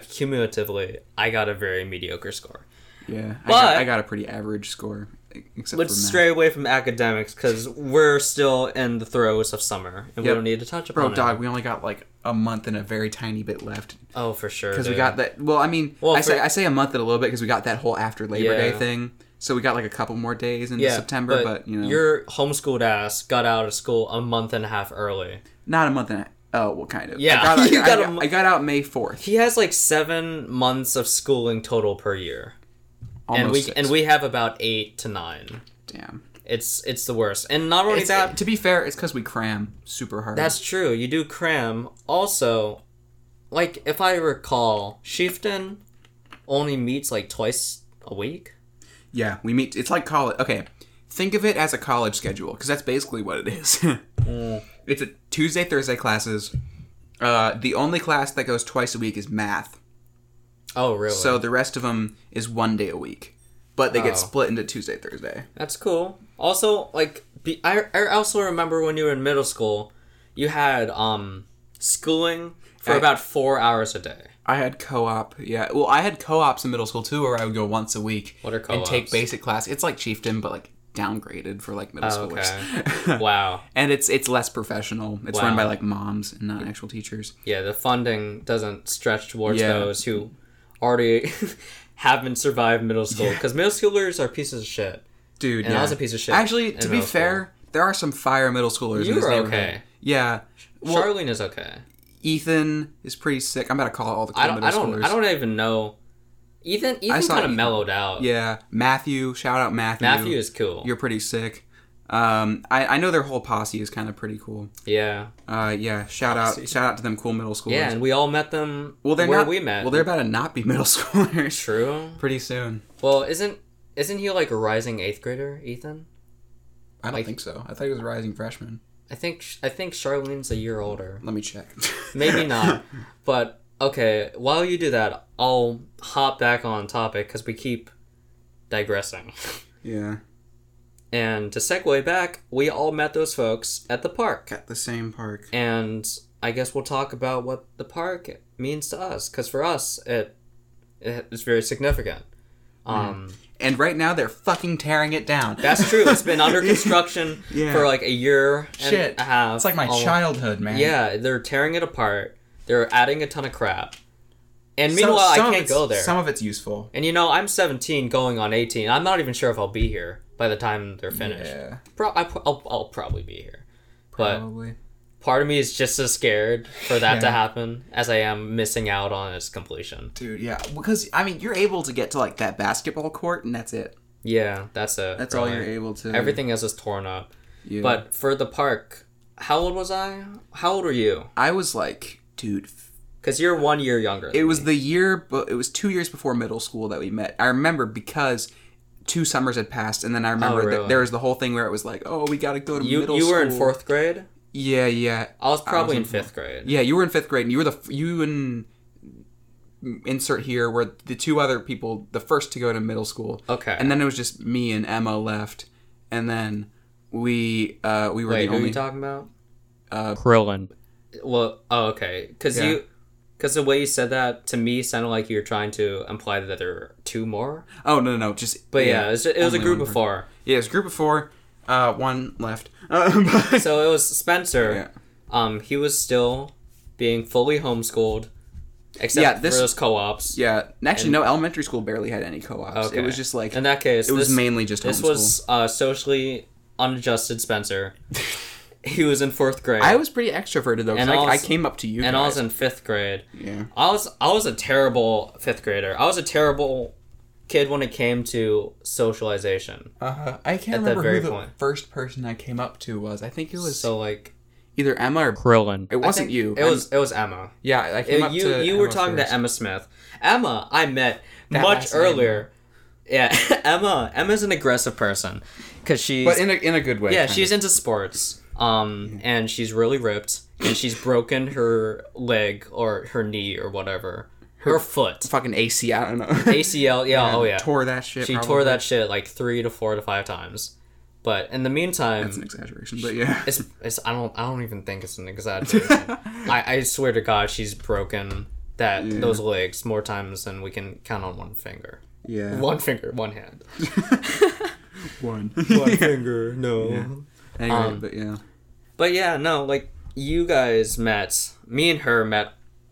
[SPEAKER 2] cumulatively, I got a very mediocre score.
[SPEAKER 1] Yeah, I, got,
[SPEAKER 2] But-
[SPEAKER 1] I got a pretty average score e- except
[SPEAKER 2] Let's
[SPEAKER 1] for math.
[SPEAKER 2] stray away from academics because we're still in the throes of summer and
[SPEAKER 1] Yep.
[SPEAKER 2] we don't need to touch upon
[SPEAKER 1] Bro,
[SPEAKER 2] it.
[SPEAKER 1] dog, we only got like a month and a very tiny bit left
[SPEAKER 2] Oh, for sure.
[SPEAKER 1] because we
[SPEAKER 2] dude.
[SPEAKER 1] got that. Well, I mean,
[SPEAKER 2] Well,
[SPEAKER 1] I say
[SPEAKER 2] for-
[SPEAKER 1] I say a month and a little bit because we got that whole after Labor Day
[SPEAKER 2] Yeah.
[SPEAKER 1] thing. So we got like a couple more days in
[SPEAKER 2] Yeah,
[SPEAKER 1] September, but, you know,
[SPEAKER 2] your homeschooled ass got out of school a month and a half early.
[SPEAKER 1] not a month and a, oh, well, kind of.
[SPEAKER 2] Yeah,
[SPEAKER 1] I got, out-
[SPEAKER 2] you
[SPEAKER 1] I
[SPEAKER 2] got a
[SPEAKER 1] got-
[SPEAKER 2] mo-
[SPEAKER 1] I got out May fourth.
[SPEAKER 2] He has like seven months of schooling total per year,
[SPEAKER 1] Almost
[SPEAKER 2] and we
[SPEAKER 1] six.
[SPEAKER 2] and we have about eight to nine.
[SPEAKER 1] damn.
[SPEAKER 2] It's it's the worst, and not only
[SPEAKER 1] It's,
[SPEAKER 2] that,
[SPEAKER 1] to be fair, it's because we cram super hard.
[SPEAKER 2] that's true. You do cram. Also, like if I recall, Shifton only meets like twice a week.
[SPEAKER 1] yeah. We meet. It's like college. Okay, think of it as a college schedule because that's basically what it is.
[SPEAKER 2] Mm.
[SPEAKER 1] It's a Tuesday Thursday classes. Uh, the only class that goes twice a week is math.
[SPEAKER 2] Oh, really?
[SPEAKER 1] So the rest of them is one day a week, but they
[SPEAKER 2] Oh.
[SPEAKER 1] get split into Tuesday, Thursday.
[SPEAKER 2] That's cool. Also, like, be, I, I also remember when you were in middle school, you had um schooling for
[SPEAKER 1] I-
[SPEAKER 2] about four hours a day.
[SPEAKER 1] I had co-op. Yeah, well, I had co-ops in middle school too, where I would go once a week
[SPEAKER 2] What are
[SPEAKER 1] and take
[SPEAKER 2] co-ops?
[SPEAKER 1] basic class. It's like chieftain, but like downgraded for like middle
[SPEAKER 2] Oh,
[SPEAKER 1] schoolers.
[SPEAKER 2] Wow.
[SPEAKER 1] and it's it's less professional. It's run
[SPEAKER 2] Wow.
[SPEAKER 1] by like moms and not actual teachers.
[SPEAKER 2] Yeah, the funding doesn't stretch towards
[SPEAKER 1] Yeah.
[SPEAKER 2] those who already haven't survived middle school because middle schoolers are pieces of shit.
[SPEAKER 1] Dude,
[SPEAKER 2] And
[SPEAKER 1] yeah.
[SPEAKER 2] I was a piece of shit
[SPEAKER 1] Actually,
[SPEAKER 2] in
[SPEAKER 1] to be
[SPEAKER 2] middle school.
[SPEAKER 1] fair, there are some fire middle schoolers.
[SPEAKER 2] You
[SPEAKER 1] in this
[SPEAKER 2] were
[SPEAKER 1] neighborhood.
[SPEAKER 2] okay.
[SPEAKER 1] Yeah. Well,
[SPEAKER 2] Charlene is okay.
[SPEAKER 1] Ethan is pretty sick. I'm about to call all the cool
[SPEAKER 2] I don't.
[SPEAKER 1] middle
[SPEAKER 2] I don't.
[SPEAKER 1] schoolers.
[SPEAKER 2] I don't even know. Ethan. Ethan
[SPEAKER 1] saw
[SPEAKER 2] kind of
[SPEAKER 1] Ethan.
[SPEAKER 2] mellowed out.
[SPEAKER 1] Yeah, Matthew. Shout out Matthew.
[SPEAKER 2] Matthew is cool.
[SPEAKER 1] you're pretty sick. Um, I, I know their whole posse is kind of pretty cool.
[SPEAKER 2] yeah.
[SPEAKER 1] Uh, yeah. Shout out, shout out to them, cool middle schoolers.
[SPEAKER 2] Yeah, and we all met them.
[SPEAKER 1] well, they're
[SPEAKER 2] where
[SPEAKER 1] not.
[SPEAKER 2] we met.
[SPEAKER 1] Well, they're about to not be middle schoolers
[SPEAKER 2] true.
[SPEAKER 1] pretty soon.
[SPEAKER 2] Well, isn't isn't he like a rising eighth grader, Ethan?
[SPEAKER 1] I don't think so. I thought he was a rising freshman.
[SPEAKER 2] I think I think Charlene's a year older.
[SPEAKER 1] Let me check.
[SPEAKER 2] Maybe not. but okay, while you do that, I'll hop back on topic because we keep digressing.
[SPEAKER 1] yeah,
[SPEAKER 2] And to segue back, we all met those folks at the park,
[SPEAKER 1] at the same park.
[SPEAKER 2] and I guess we'll talk about what the park means to us because for us it it's very significant.
[SPEAKER 1] Hmm.
[SPEAKER 2] Um,
[SPEAKER 1] And right now they're fucking tearing it down.
[SPEAKER 2] That's true. It's been under construction
[SPEAKER 1] Yeah.
[SPEAKER 2] for like a year and
[SPEAKER 1] Shit.
[SPEAKER 2] a half.
[SPEAKER 1] It's like my
[SPEAKER 2] almost.
[SPEAKER 1] childhood, man.
[SPEAKER 2] Yeah, they're tearing it apart. They're adding a ton of crap. And
[SPEAKER 1] Some-
[SPEAKER 2] meanwhile,
[SPEAKER 1] some
[SPEAKER 2] I
[SPEAKER 1] of
[SPEAKER 2] can't
[SPEAKER 1] it's-
[SPEAKER 2] go there.
[SPEAKER 1] Some of it's useful.
[SPEAKER 2] And you know, I'm 17 going on 18. I'm not even sure if I'll be here by the time they're finished.
[SPEAKER 1] Yeah,
[SPEAKER 2] Pro- I, pro- I'll, I'll probably be here. But
[SPEAKER 1] probably.
[SPEAKER 2] part of me is just as scared for that to
[SPEAKER 1] Yeah.
[SPEAKER 2] happen as I am missing out on its completion.
[SPEAKER 1] Dude, yeah. Because I mean, you're able to get to like that basketball court, and that's it.
[SPEAKER 2] Yeah, that's it.
[SPEAKER 1] That's all
[SPEAKER 2] really.
[SPEAKER 1] you're able to.
[SPEAKER 2] Everything else is torn up.
[SPEAKER 1] Yeah.
[SPEAKER 2] But for the park, how old was I? How old were you?
[SPEAKER 1] I was like, dude,
[SPEAKER 2] Because you're one year younger.
[SPEAKER 1] it was the year, but it was two years before middle school that we met. I remember because two summers had passed, and then I remember
[SPEAKER 2] Oh, really?
[SPEAKER 1] that there was the whole thing where it was like, oh, we gotta go to
[SPEAKER 2] you.
[SPEAKER 1] middle.
[SPEAKER 2] You were in
[SPEAKER 1] school.
[SPEAKER 2] fourth grade.
[SPEAKER 1] Yeah, yeah,
[SPEAKER 2] I was probably
[SPEAKER 1] in
[SPEAKER 2] in fifth grade.
[SPEAKER 1] yeah. You were in fifth grade, and you were the f- you and insert here were the two other people, the first to go to middle school.
[SPEAKER 2] Okay.
[SPEAKER 1] and then it was just me and Emma left, and then we uh we were
[SPEAKER 2] Wait,
[SPEAKER 1] the
[SPEAKER 2] who are
[SPEAKER 1] only.
[SPEAKER 2] you talking about?
[SPEAKER 1] Uh,
[SPEAKER 2] Krillin. Well, oh, okay, because
[SPEAKER 1] Yeah.
[SPEAKER 2] you, because the way you said that to me sounded like you were trying to imply that there are two more.
[SPEAKER 1] oh no, no, no, just
[SPEAKER 2] But yeah, it was, it was a
[SPEAKER 1] only
[SPEAKER 2] group
[SPEAKER 1] one
[SPEAKER 2] of four.
[SPEAKER 1] yeah. It was a group of four. Uh, one left. Uh, but-
[SPEAKER 2] So it was Spencer.
[SPEAKER 1] Yeah.
[SPEAKER 2] Um, he was still being fully homeschooled, except
[SPEAKER 1] Yeah, this-
[SPEAKER 2] for those co-ops.
[SPEAKER 1] Yeah, and actually, no. Elementary school barely had any co-ops. It was just like
[SPEAKER 2] in that case,
[SPEAKER 1] it was
[SPEAKER 2] this,
[SPEAKER 1] mainly just
[SPEAKER 2] This
[SPEAKER 1] homeschool.
[SPEAKER 2] was uh, socially unadjusted Spencer. he was in fourth grade,
[SPEAKER 1] I was pretty extroverted though. 'cause
[SPEAKER 2] And
[SPEAKER 1] I,
[SPEAKER 2] I was-
[SPEAKER 1] I came up to you.
[SPEAKER 2] and I
[SPEAKER 1] guys.
[SPEAKER 2] was in fifth grade.
[SPEAKER 1] yeah,
[SPEAKER 2] I was I was a terrible fifth grader. I was a terrible kid when it came to socialization.
[SPEAKER 1] uh, I can't
[SPEAKER 2] that
[SPEAKER 1] remember
[SPEAKER 2] very
[SPEAKER 1] who the
[SPEAKER 2] point.
[SPEAKER 1] first person I came up to was. I think it was
[SPEAKER 2] So like
[SPEAKER 1] either Emma or
[SPEAKER 2] Krillin.
[SPEAKER 1] It wasn't you.
[SPEAKER 2] It
[SPEAKER 1] I'm-
[SPEAKER 2] was it was Emma.
[SPEAKER 1] yeah. I came
[SPEAKER 2] Uh,
[SPEAKER 1] up
[SPEAKER 2] you
[SPEAKER 1] to
[SPEAKER 2] you
[SPEAKER 1] Emma
[SPEAKER 2] were talking
[SPEAKER 1] first.
[SPEAKER 2] to Emma Smith. Emma, I met much
[SPEAKER 1] last name.
[SPEAKER 2] earlier. Yeah, Emma. Emma's an aggressive person because she's
[SPEAKER 1] but in Mm-hmm. a in a good way.
[SPEAKER 2] yeah
[SPEAKER 1] kind
[SPEAKER 2] she's into sports. um, and she's really ripped, and she's broken her leg or her knee or whatever, her foot,
[SPEAKER 1] Fucking AC, I don't know.
[SPEAKER 2] ACL. Yeah, oh yeah,
[SPEAKER 1] Tore that shit.
[SPEAKER 2] she tore that shit like three to four to five times. But in the meantime,
[SPEAKER 1] That's an exaggeration, but yeah.
[SPEAKER 2] it's, it's I don't I don't even think it's an exaggeration. I, I swear to God, she's broken that those legs more times than we can count on one finger.
[SPEAKER 1] Yeah.
[SPEAKER 2] One finger, one hand.
[SPEAKER 1] One.
[SPEAKER 2] finger, no.
[SPEAKER 1] anyway, but yeah.
[SPEAKER 2] Um, But yeah, no, like you guys met, me and her met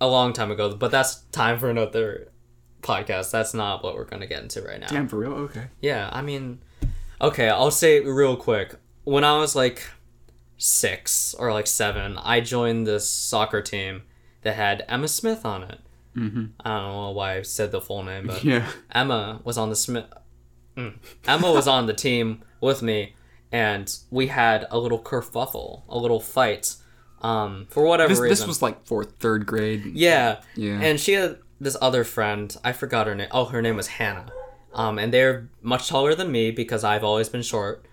[SPEAKER 2] a long time ago, but that's time for another podcast. That's not what we're gonna get into right now.
[SPEAKER 1] Damn, for real? Okay.
[SPEAKER 2] Yeah, I mean, okay, I'll say it real quick. When I was like six or like seven, I joined this soccer team that had Emma Smith on it. Mm-hmm. I don't know why I said the full name, but
[SPEAKER 1] Yeah.
[SPEAKER 2] Emma was on the Smith. Mm. Emma was on the team with me, and we had a little kerfuffle, a little fight, um, for whatever
[SPEAKER 1] This,
[SPEAKER 2] reason.
[SPEAKER 1] this was like fourth, third grade.
[SPEAKER 2] Yeah.
[SPEAKER 1] Yeah.
[SPEAKER 2] And she had this other friend. I forgot her name. Oh, her name was Hannah. Um, and they're much taller than me because I've always been short.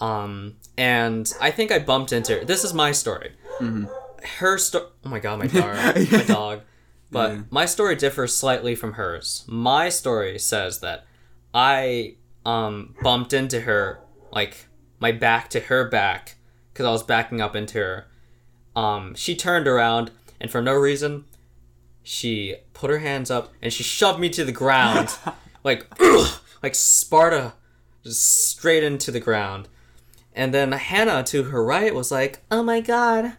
[SPEAKER 2] Um, and I think I bumped into her. This is my story. Her story. Oh my god, my dog. my dog. But
[SPEAKER 1] Yeah.
[SPEAKER 2] my story differs slightly from hers. My story says that I um, bumped into her, like my back to her back, because I was backing up into her. Um, she turned around, and for no reason, she put her hands up and she shoved me to the ground, like like Sparta, just straight into the ground. And then Hannah to her right was like, "Oh my god."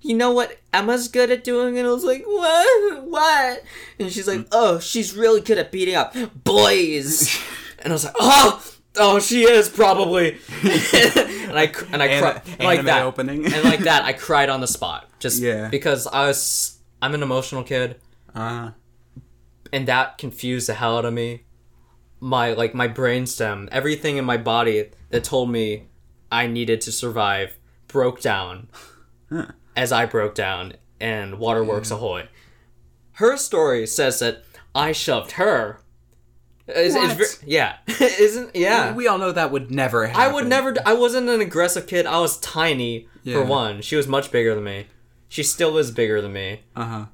[SPEAKER 2] You know what Emma's good at doing? And I was like, what? What? And she's like, oh, she's really good at beating up boys. and I was like, oh, oh, she is probably. and I cr- and I
[SPEAKER 1] An-
[SPEAKER 2] cried like
[SPEAKER 1] anime
[SPEAKER 2] that
[SPEAKER 1] opening.
[SPEAKER 2] and like that, I cried on the spot just
[SPEAKER 1] Yeah.
[SPEAKER 2] because I was I'm an emotional kid,
[SPEAKER 1] Uh,
[SPEAKER 2] and that confused the hell out of me. My like my brainstem, everything in my body that told me I needed to survive broke down as I broke down and waterworks ahoy. Her story says that I shoved her. Is,
[SPEAKER 1] What?
[SPEAKER 2] yeah, isn't yeah?
[SPEAKER 1] We all know that would never happen.
[SPEAKER 2] I would never. I wasn't an aggressive kid. I was tiny
[SPEAKER 1] Yeah.
[SPEAKER 2] for one. She was much bigger than me. She still is bigger than me.
[SPEAKER 1] Uh huh.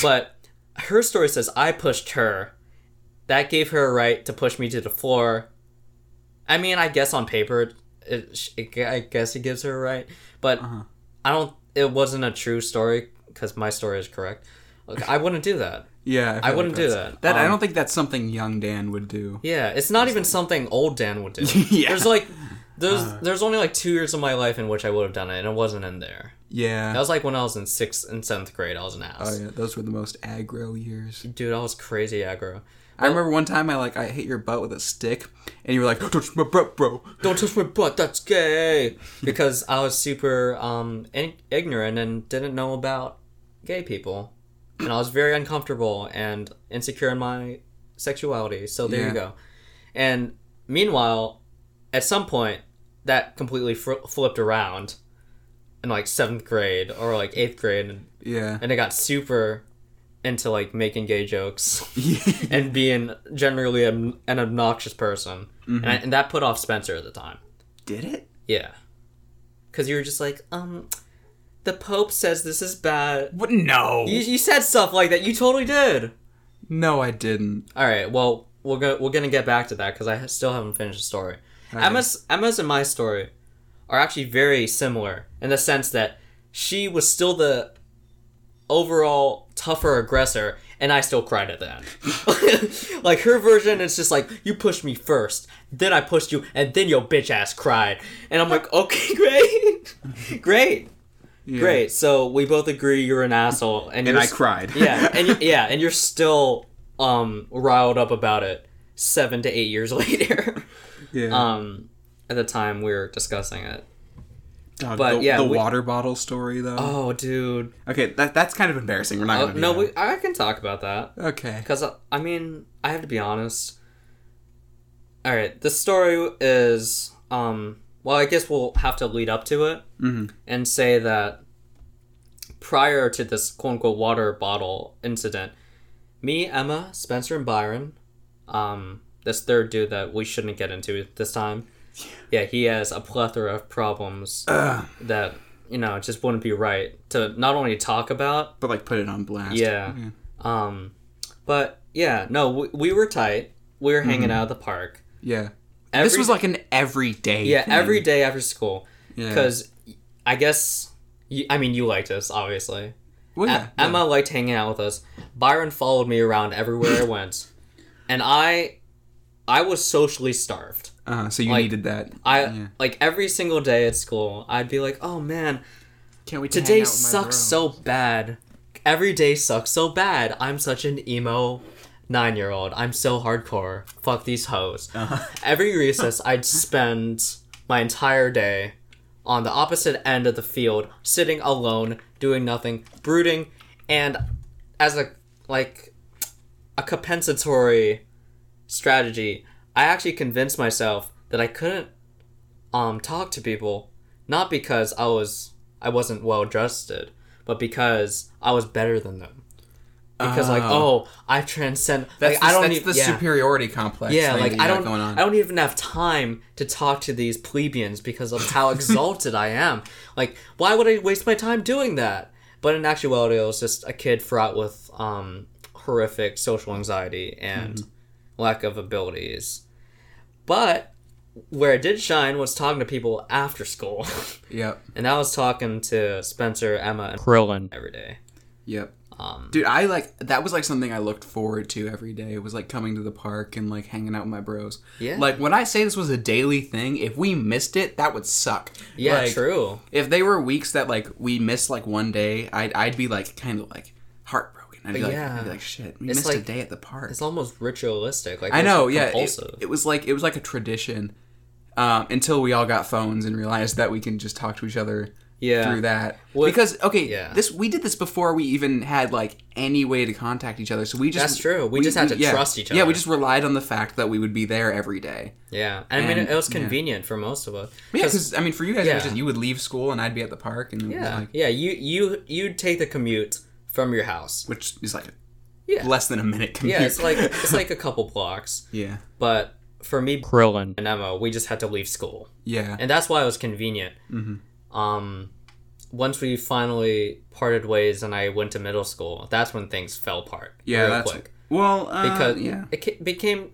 [SPEAKER 2] But her story says I pushed her. That gave her a right to push me to the floor. I mean, I guess on paper, it, it, I guess it gives her a right. But
[SPEAKER 1] Uh-huh.
[SPEAKER 2] I don't. It wasn't a true story because my story is correct. Like, I wouldn't do that.
[SPEAKER 1] Yeah. feel like
[SPEAKER 2] wouldn't do
[SPEAKER 1] that's-
[SPEAKER 2] that.
[SPEAKER 1] That I
[SPEAKER 2] Um,
[SPEAKER 1] don't think that's something young Dan would do.
[SPEAKER 2] Yeah, it's not even something old Dan would do.
[SPEAKER 1] Yeah. Uh-huh.
[SPEAKER 2] There's like, there's there's only like two years of my life in which I would have done it, and it wasn't in there.
[SPEAKER 1] Yeah.
[SPEAKER 2] That was like when I was in sixth and seventh grade. I was an ass.
[SPEAKER 1] Oh yeah, those were the most aggro years.
[SPEAKER 2] Dude, I was crazy aggro.
[SPEAKER 1] I remember one time I like I hit your butt with a stick, and you were like, "Don't touch my butt, bro."
[SPEAKER 2] Don't touch my butt, that's gay! Because I was super um, in- ignorant and didn't know about gay people. And I was very uncomfortable and insecure in my sexuality. So there
[SPEAKER 1] Yeah.
[SPEAKER 2] you go. And meanwhile, at some point, that completely fr- flipped around in like seventh grade or like eighth grade. And,
[SPEAKER 1] Yeah.
[SPEAKER 2] and I got super into like making gay jokes. and being generally an, an obnoxious person, and, I, and that put off Spencer at the time.
[SPEAKER 1] Did it?
[SPEAKER 2] Yeah, because you were just like, um, the Pope says this is bad.
[SPEAKER 1] What? No.
[SPEAKER 2] You, you said stuff like that. You totally did.
[SPEAKER 1] No, I didn't.
[SPEAKER 2] All right. Well, we're gonna we're gonna get back to that because I ha- still haven't finished the story. Emma's Emma's and my story are actually very similar in the sense that she was still the overall tougher aggressor, and I still cried at the end. like her version is just like you pushed me first, then I pushed you, and then your bitch ass cried, and I'm like, okay, great, great,
[SPEAKER 1] Yeah.
[SPEAKER 2] great. So we both agree you're an asshole, and,
[SPEAKER 1] And
[SPEAKER 2] you're
[SPEAKER 1] I
[SPEAKER 2] s-
[SPEAKER 1] cried.
[SPEAKER 2] yeah, and yeah, and you're still um riled up about it seven to eight years later.
[SPEAKER 1] yeah.
[SPEAKER 2] um, at the time we were discussing it.
[SPEAKER 1] Dog,
[SPEAKER 2] but
[SPEAKER 1] the,
[SPEAKER 2] yeah,
[SPEAKER 1] the
[SPEAKER 2] we-
[SPEAKER 1] water bottle story though.
[SPEAKER 2] Oh, dude.
[SPEAKER 1] okay, that that's kind of embarrassing. We're not
[SPEAKER 2] Uh,
[SPEAKER 1] gonna. Do
[SPEAKER 2] no,
[SPEAKER 1] that.
[SPEAKER 2] we, I can talk about that
[SPEAKER 1] Okay.
[SPEAKER 2] because I, I mean I have to be honest. All right, this story is um. Well, I guess we'll have to lead up to it and say that prior to this quote unquote water bottle incident, me, Emma, Spencer, and Byron, um, this third dude that we shouldn't get into this time. Yeah, he has a plethora of problems that you know, it just wouldn't be right to not only talk about,
[SPEAKER 1] But like put it on blast.
[SPEAKER 2] yeah. Um, but yeah, no, we, we were tight. We were hanging out at the park.
[SPEAKER 1] Yeah.
[SPEAKER 2] Every,
[SPEAKER 1] Mm-hmm. this was like an everyday.
[SPEAKER 2] yeah,
[SPEAKER 1] thing.
[SPEAKER 2] every day after school.
[SPEAKER 1] Yeah.
[SPEAKER 2] Because I guess, you, I mean, you liked us, obviously.
[SPEAKER 1] Well, yeah,
[SPEAKER 2] E- Emma liked hanging out with us. Byron followed me around everywhere I went, and I, I was socially starved.
[SPEAKER 1] yeah. Uh-huh, so you
[SPEAKER 2] like-
[SPEAKER 1] needed that.
[SPEAKER 2] I
[SPEAKER 1] Yeah.
[SPEAKER 2] like every single day at school, I'd be like, "Oh man,
[SPEAKER 1] Can't wait.
[SPEAKER 2] today sucks so bad. Every day sucks so bad. I'm such an emo nine-year-old. I'm so hardcore. Fuck these hoes." Every recess, I'd spend my entire day on the opposite end of the field, sitting alone, doing nothing, brooding, and as a like a compensatory strategy, I actually convinced myself that I couldn't um talk to people not because I was I wasn't well adjusted, but because I was better than them. Because like oh, I transcend.
[SPEAKER 1] Ah. That's
[SPEAKER 2] like,
[SPEAKER 1] the,
[SPEAKER 2] I don't
[SPEAKER 1] that's
[SPEAKER 2] need,
[SPEAKER 1] the
[SPEAKER 2] yeah.
[SPEAKER 1] superiority complex.
[SPEAKER 2] Yeah,
[SPEAKER 1] thing
[SPEAKER 2] like
[SPEAKER 1] that you
[SPEAKER 2] I
[SPEAKER 1] got
[SPEAKER 2] don't,
[SPEAKER 1] Going on.
[SPEAKER 2] I don't even have time to talk to these plebeians because of how exalted I am. Like, why would I waste my time doing that? But in actuality, I was just a kid fraught with um, horrific social anxiety and
[SPEAKER 1] Mm-hmm.
[SPEAKER 2] lack of abilities. But where I did shine was talking to people after school,
[SPEAKER 1] Yep.
[SPEAKER 2] and I was talking to Spencer, Emma, and Krillin every day.
[SPEAKER 1] Yep.
[SPEAKER 2] Um,
[SPEAKER 1] Dude, I like that was like something I looked forward to every day. It was like coming to the park and like hanging out with my bros.
[SPEAKER 2] Yeah.
[SPEAKER 1] Like when I say this was a daily thing, if we missed it, that would suck.
[SPEAKER 2] Yeah,
[SPEAKER 1] Like,
[SPEAKER 2] true.
[SPEAKER 1] If they were weeks that like we missed like one day, I'd I'd be like kind of like heartbroken. I'd be like,
[SPEAKER 2] Yeah.
[SPEAKER 1] I'd be like shit, we missed a
[SPEAKER 2] like-
[SPEAKER 1] day at the park.
[SPEAKER 2] It's almost ritualistic. Like
[SPEAKER 1] I
[SPEAKER 2] it's
[SPEAKER 1] know, yeah. It,
[SPEAKER 2] compulsive.
[SPEAKER 1] it was like it was like a tradition um, until we all got phones and realized that we can just talk to each other
[SPEAKER 2] yeah.
[SPEAKER 1] through that.
[SPEAKER 2] Well,
[SPEAKER 1] because okay,
[SPEAKER 2] yeah.
[SPEAKER 1] this we did this before we even had like any way to contact each other. So we just
[SPEAKER 2] That's true. We just had to trust each
[SPEAKER 1] Yeah,
[SPEAKER 2] other.
[SPEAKER 1] we just relied on the fact that we would be there every day.
[SPEAKER 2] Yeah, and, I mean
[SPEAKER 1] And-
[SPEAKER 2] it was
[SPEAKER 1] yeah.
[SPEAKER 2] convenient for most of us.
[SPEAKER 1] Yeah, because I mean, for you guys, it was
[SPEAKER 2] Yeah.
[SPEAKER 1] just you would leave school and I'd be at the park, and it was
[SPEAKER 2] yeah,
[SPEAKER 1] like,
[SPEAKER 2] yeah, you you you'd take the commute from your house.
[SPEAKER 1] which is like
[SPEAKER 2] Yeah.
[SPEAKER 1] less than a minute commute.
[SPEAKER 2] Yeah, it's like it's like a couple blocks.
[SPEAKER 1] yeah,
[SPEAKER 2] But for me, Krillin and Emma, we just had to leave school,
[SPEAKER 1] yeah,
[SPEAKER 2] and that's why it was convenient. Mm-hmm. Um, once we finally parted ways and I went to middle school, that's when things fell apart.
[SPEAKER 1] yeah.
[SPEAKER 2] real
[SPEAKER 1] That's
[SPEAKER 2] quick
[SPEAKER 1] well, uh,
[SPEAKER 2] because
[SPEAKER 1] yeah.
[SPEAKER 2] it ca- became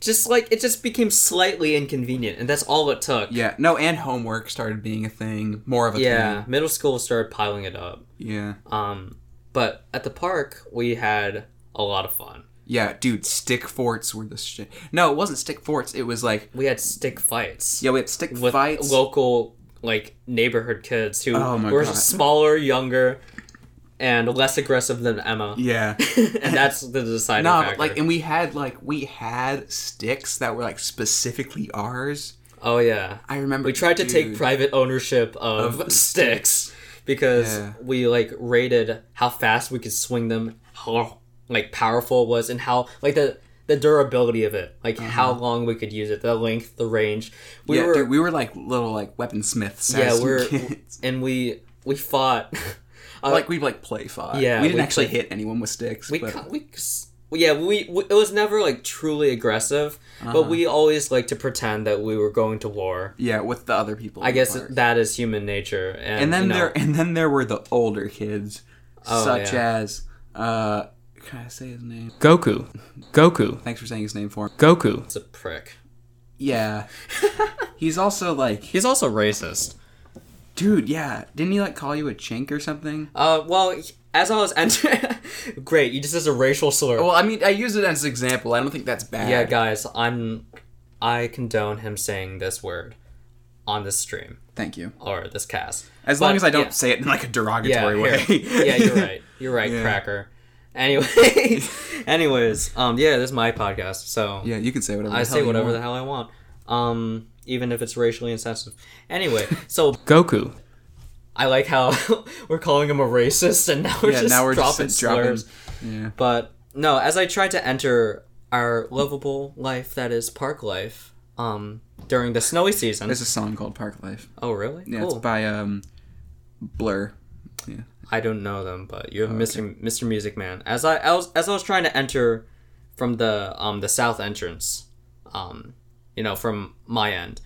[SPEAKER 2] just like it just became slightly inconvenient, and that's all it took.
[SPEAKER 1] Yeah, no, and homework started being a thing, more of a
[SPEAKER 2] yeah
[SPEAKER 1] thing.
[SPEAKER 2] middle school started piling it up.
[SPEAKER 1] Yeah,
[SPEAKER 2] Um, but at the park, we had a lot of fun.
[SPEAKER 1] yeah, dude, stick forts were the shit. No, it wasn't stick forts. It was like,
[SPEAKER 2] We had stick fights
[SPEAKER 1] yeah, we had stick
[SPEAKER 2] with
[SPEAKER 1] fights.
[SPEAKER 2] local like neighborhood kids who
[SPEAKER 1] Oh my
[SPEAKER 2] were
[SPEAKER 1] God.
[SPEAKER 2] smaller, younger, and less aggressive than Emma.
[SPEAKER 1] yeah,
[SPEAKER 2] and that's the deciding
[SPEAKER 1] No,
[SPEAKER 2] factor.
[SPEAKER 1] but, like, and we had like we had sticks that were like specifically ours.
[SPEAKER 2] oh yeah,
[SPEAKER 1] I remember
[SPEAKER 2] we tried to take
[SPEAKER 1] dude,
[SPEAKER 2] private ownership of, sticks because
[SPEAKER 1] Yeah.
[SPEAKER 2] we like rated how fast we could swing them, how like powerful it was, and how like the the durability of it, like how long we could use it, the length, the range. We
[SPEAKER 1] Uh-huh. yeah,
[SPEAKER 2] were
[SPEAKER 1] dude, we were like little like weaponsmiths.
[SPEAKER 2] yeah,
[SPEAKER 1] as
[SPEAKER 2] we're
[SPEAKER 1] kids.
[SPEAKER 2] and we we fought. Uh,
[SPEAKER 1] like we like play fought.
[SPEAKER 2] yeah,
[SPEAKER 1] we didn't
[SPEAKER 2] we
[SPEAKER 1] actually
[SPEAKER 2] play-
[SPEAKER 1] hit anyone with sticks.
[SPEAKER 2] we
[SPEAKER 1] but,
[SPEAKER 2] ca- we s- yeah we, we it was never like truly aggressive, but we always like to pretend that we were going to war.
[SPEAKER 1] yeah, with the other people.
[SPEAKER 2] I guess that is human nature, and,
[SPEAKER 1] and then
[SPEAKER 2] you know,
[SPEAKER 1] there and then there were the older kids, such
[SPEAKER 2] yeah.
[SPEAKER 1] as uh, can I say his name?
[SPEAKER 3] Goku. Goku.
[SPEAKER 1] Thanks for saying his name for him.
[SPEAKER 3] Goku.
[SPEAKER 2] it's a prick.
[SPEAKER 1] Yeah, he's also like,
[SPEAKER 2] He's also racist.
[SPEAKER 1] dude. Yeah, didn't he like call you a chink or something?
[SPEAKER 2] Uh, well, as I was entering, great, you just as a racial slur.
[SPEAKER 1] Well, I mean, I use it as an example. I don't think that's bad.
[SPEAKER 2] yeah, guys, I'm, I condone him saying this word, on this stream
[SPEAKER 1] Thank you.
[SPEAKER 2] or this cast.
[SPEAKER 1] As
[SPEAKER 2] But,
[SPEAKER 1] long as I don't
[SPEAKER 2] yeah.
[SPEAKER 1] say it in like a
[SPEAKER 2] yeah,
[SPEAKER 1] derogatory way.
[SPEAKER 2] here. yeah, you're right. You're right, cracker. Anyway, anyways, um, yeah, this is my podcast, so
[SPEAKER 1] Yeah, you can say whatever.
[SPEAKER 2] I
[SPEAKER 1] the hell
[SPEAKER 2] say
[SPEAKER 1] you
[SPEAKER 2] whatever the
[SPEAKER 1] want.
[SPEAKER 2] hell I want, um, even if it's racially insensitive. Anyway, so
[SPEAKER 3] Goku.
[SPEAKER 2] I like how we're calling him a racist, and now we're
[SPEAKER 1] Yeah,
[SPEAKER 2] just
[SPEAKER 1] now we're
[SPEAKER 2] dropping
[SPEAKER 1] just dropping.
[SPEAKER 2] slurs.
[SPEAKER 1] Yeah,
[SPEAKER 2] But no, as I tried to enter our lovable life that is park life, um, during the snowy season.
[SPEAKER 1] there's a song called Park Life.
[SPEAKER 2] oh, really?
[SPEAKER 1] Yeah,
[SPEAKER 2] cool.
[SPEAKER 1] it's by um, Blur.
[SPEAKER 2] I don't know them, but
[SPEAKER 1] Oh,
[SPEAKER 2] you're Mr. Mr. Music Man. As I, I was as I was trying to enter from the um the south entrance, um,
[SPEAKER 1] Mm-hmm.
[SPEAKER 2] you know, from my end,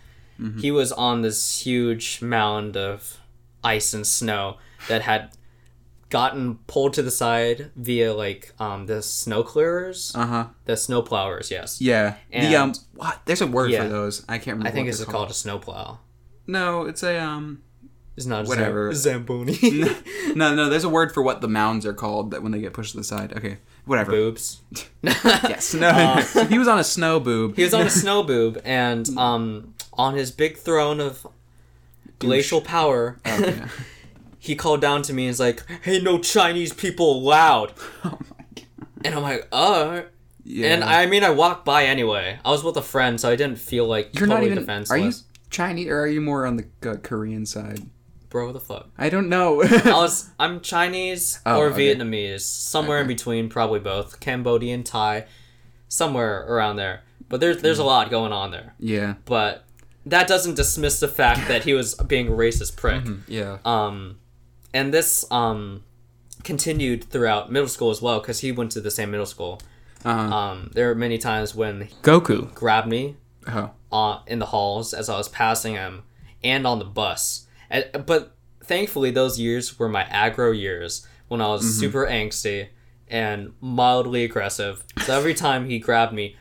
[SPEAKER 2] he was on this huge mound of ice and snow that had gotten pulled to the side via like um the snow clearers,
[SPEAKER 1] Uh huh.
[SPEAKER 2] the snow plowers. Yes,
[SPEAKER 1] Yeah.
[SPEAKER 2] And-
[SPEAKER 1] the um. What? There's a word
[SPEAKER 2] Yeah.
[SPEAKER 1] for those. I can't remember.
[SPEAKER 2] I think
[SPEAKER 1] what
[SPEAKER 2] it's
[SPEAKER 1] they're
[SPEAKER 2] called. called a snow plow.
[SPEAKER 1] No, it's a um.
[SPEAKER 2] It's not a zam-
[SPEAKER 1] Whatever.
[SPEAKER 2] zamboni
[SPEAKER 1] No, no. There's a word for what the mounds are called that when they get pushed to the side. Okay. Whatever.
[SPEAKER 2] boobs. Uh,
[SPEAKER 1] Yes. No. he was on a snow boob.
[SPEAKER 2] Um, He was on a snow boob and
[SPEAKER 1] Hmm.
[SPEAKER 2] um on his big throne of glacial power.
[SPEAKER 1] Okay.
[SPEAKER 2] he called down to me and was like, "Hey, no Chinese people allowed."
[SPEAKER 1] oh my god.
[SPEAKER 2] And I'm like, "Uh."
[SPEAKER 1] Yeah.
[SPEAKER 2] And I mean, I walked by anyway. I was with a friend, so I didn't feel like
[SPEAKER 1] You're not
[SPEAKER 2] totally
[SPEAKER 1] even.
[SPEAKER 2] defenseless.
[SPEAKER 1] Are you Chinese or are you more on the uh, Korean side?
[SPEAKER 2] Bro, what the fuck?
[SPEAKER 1] I don't know.
[SPEAKER 2] I was. I'm Chinese
[SPEAKER 1] Oh,
[SPEAKER 2] or
[SPEAKER 1] okay.
[SPEAKER 2] Vietnamese, somewhere in between, probably both. Cambodian, Thai, somewhere around there. But there's there's a
[SPEAKER 1] Hmm.
[SPEAKER 2] lot going on there.
[SPEAKER 1] yeah.
[SPEAKER 2] But that doesn't dismiss the fact that he was being a racist prick.
[SPEAKER 1] Yeah.
[SPEAKER 2] um, and this um, continued throughout middle school as well because he went to the same middle school.
[SPEAKER 1] Uh-huh.
[SPEAKER 2] Um, there were many times when he
[SPEAKER 1] Goku.
[SPEAKER 2] grabbed me
[SPEAKER 1] Oh.
[SPEAKER 2] uh, in the halls as I was passing him and on the bus. And, but thankfully, those years were my aggro years when I was
[SPEAKER 1] Mm-hmm.
[SPEAKER 2] super angsty and mildly aggressive. So every time he grabbed me,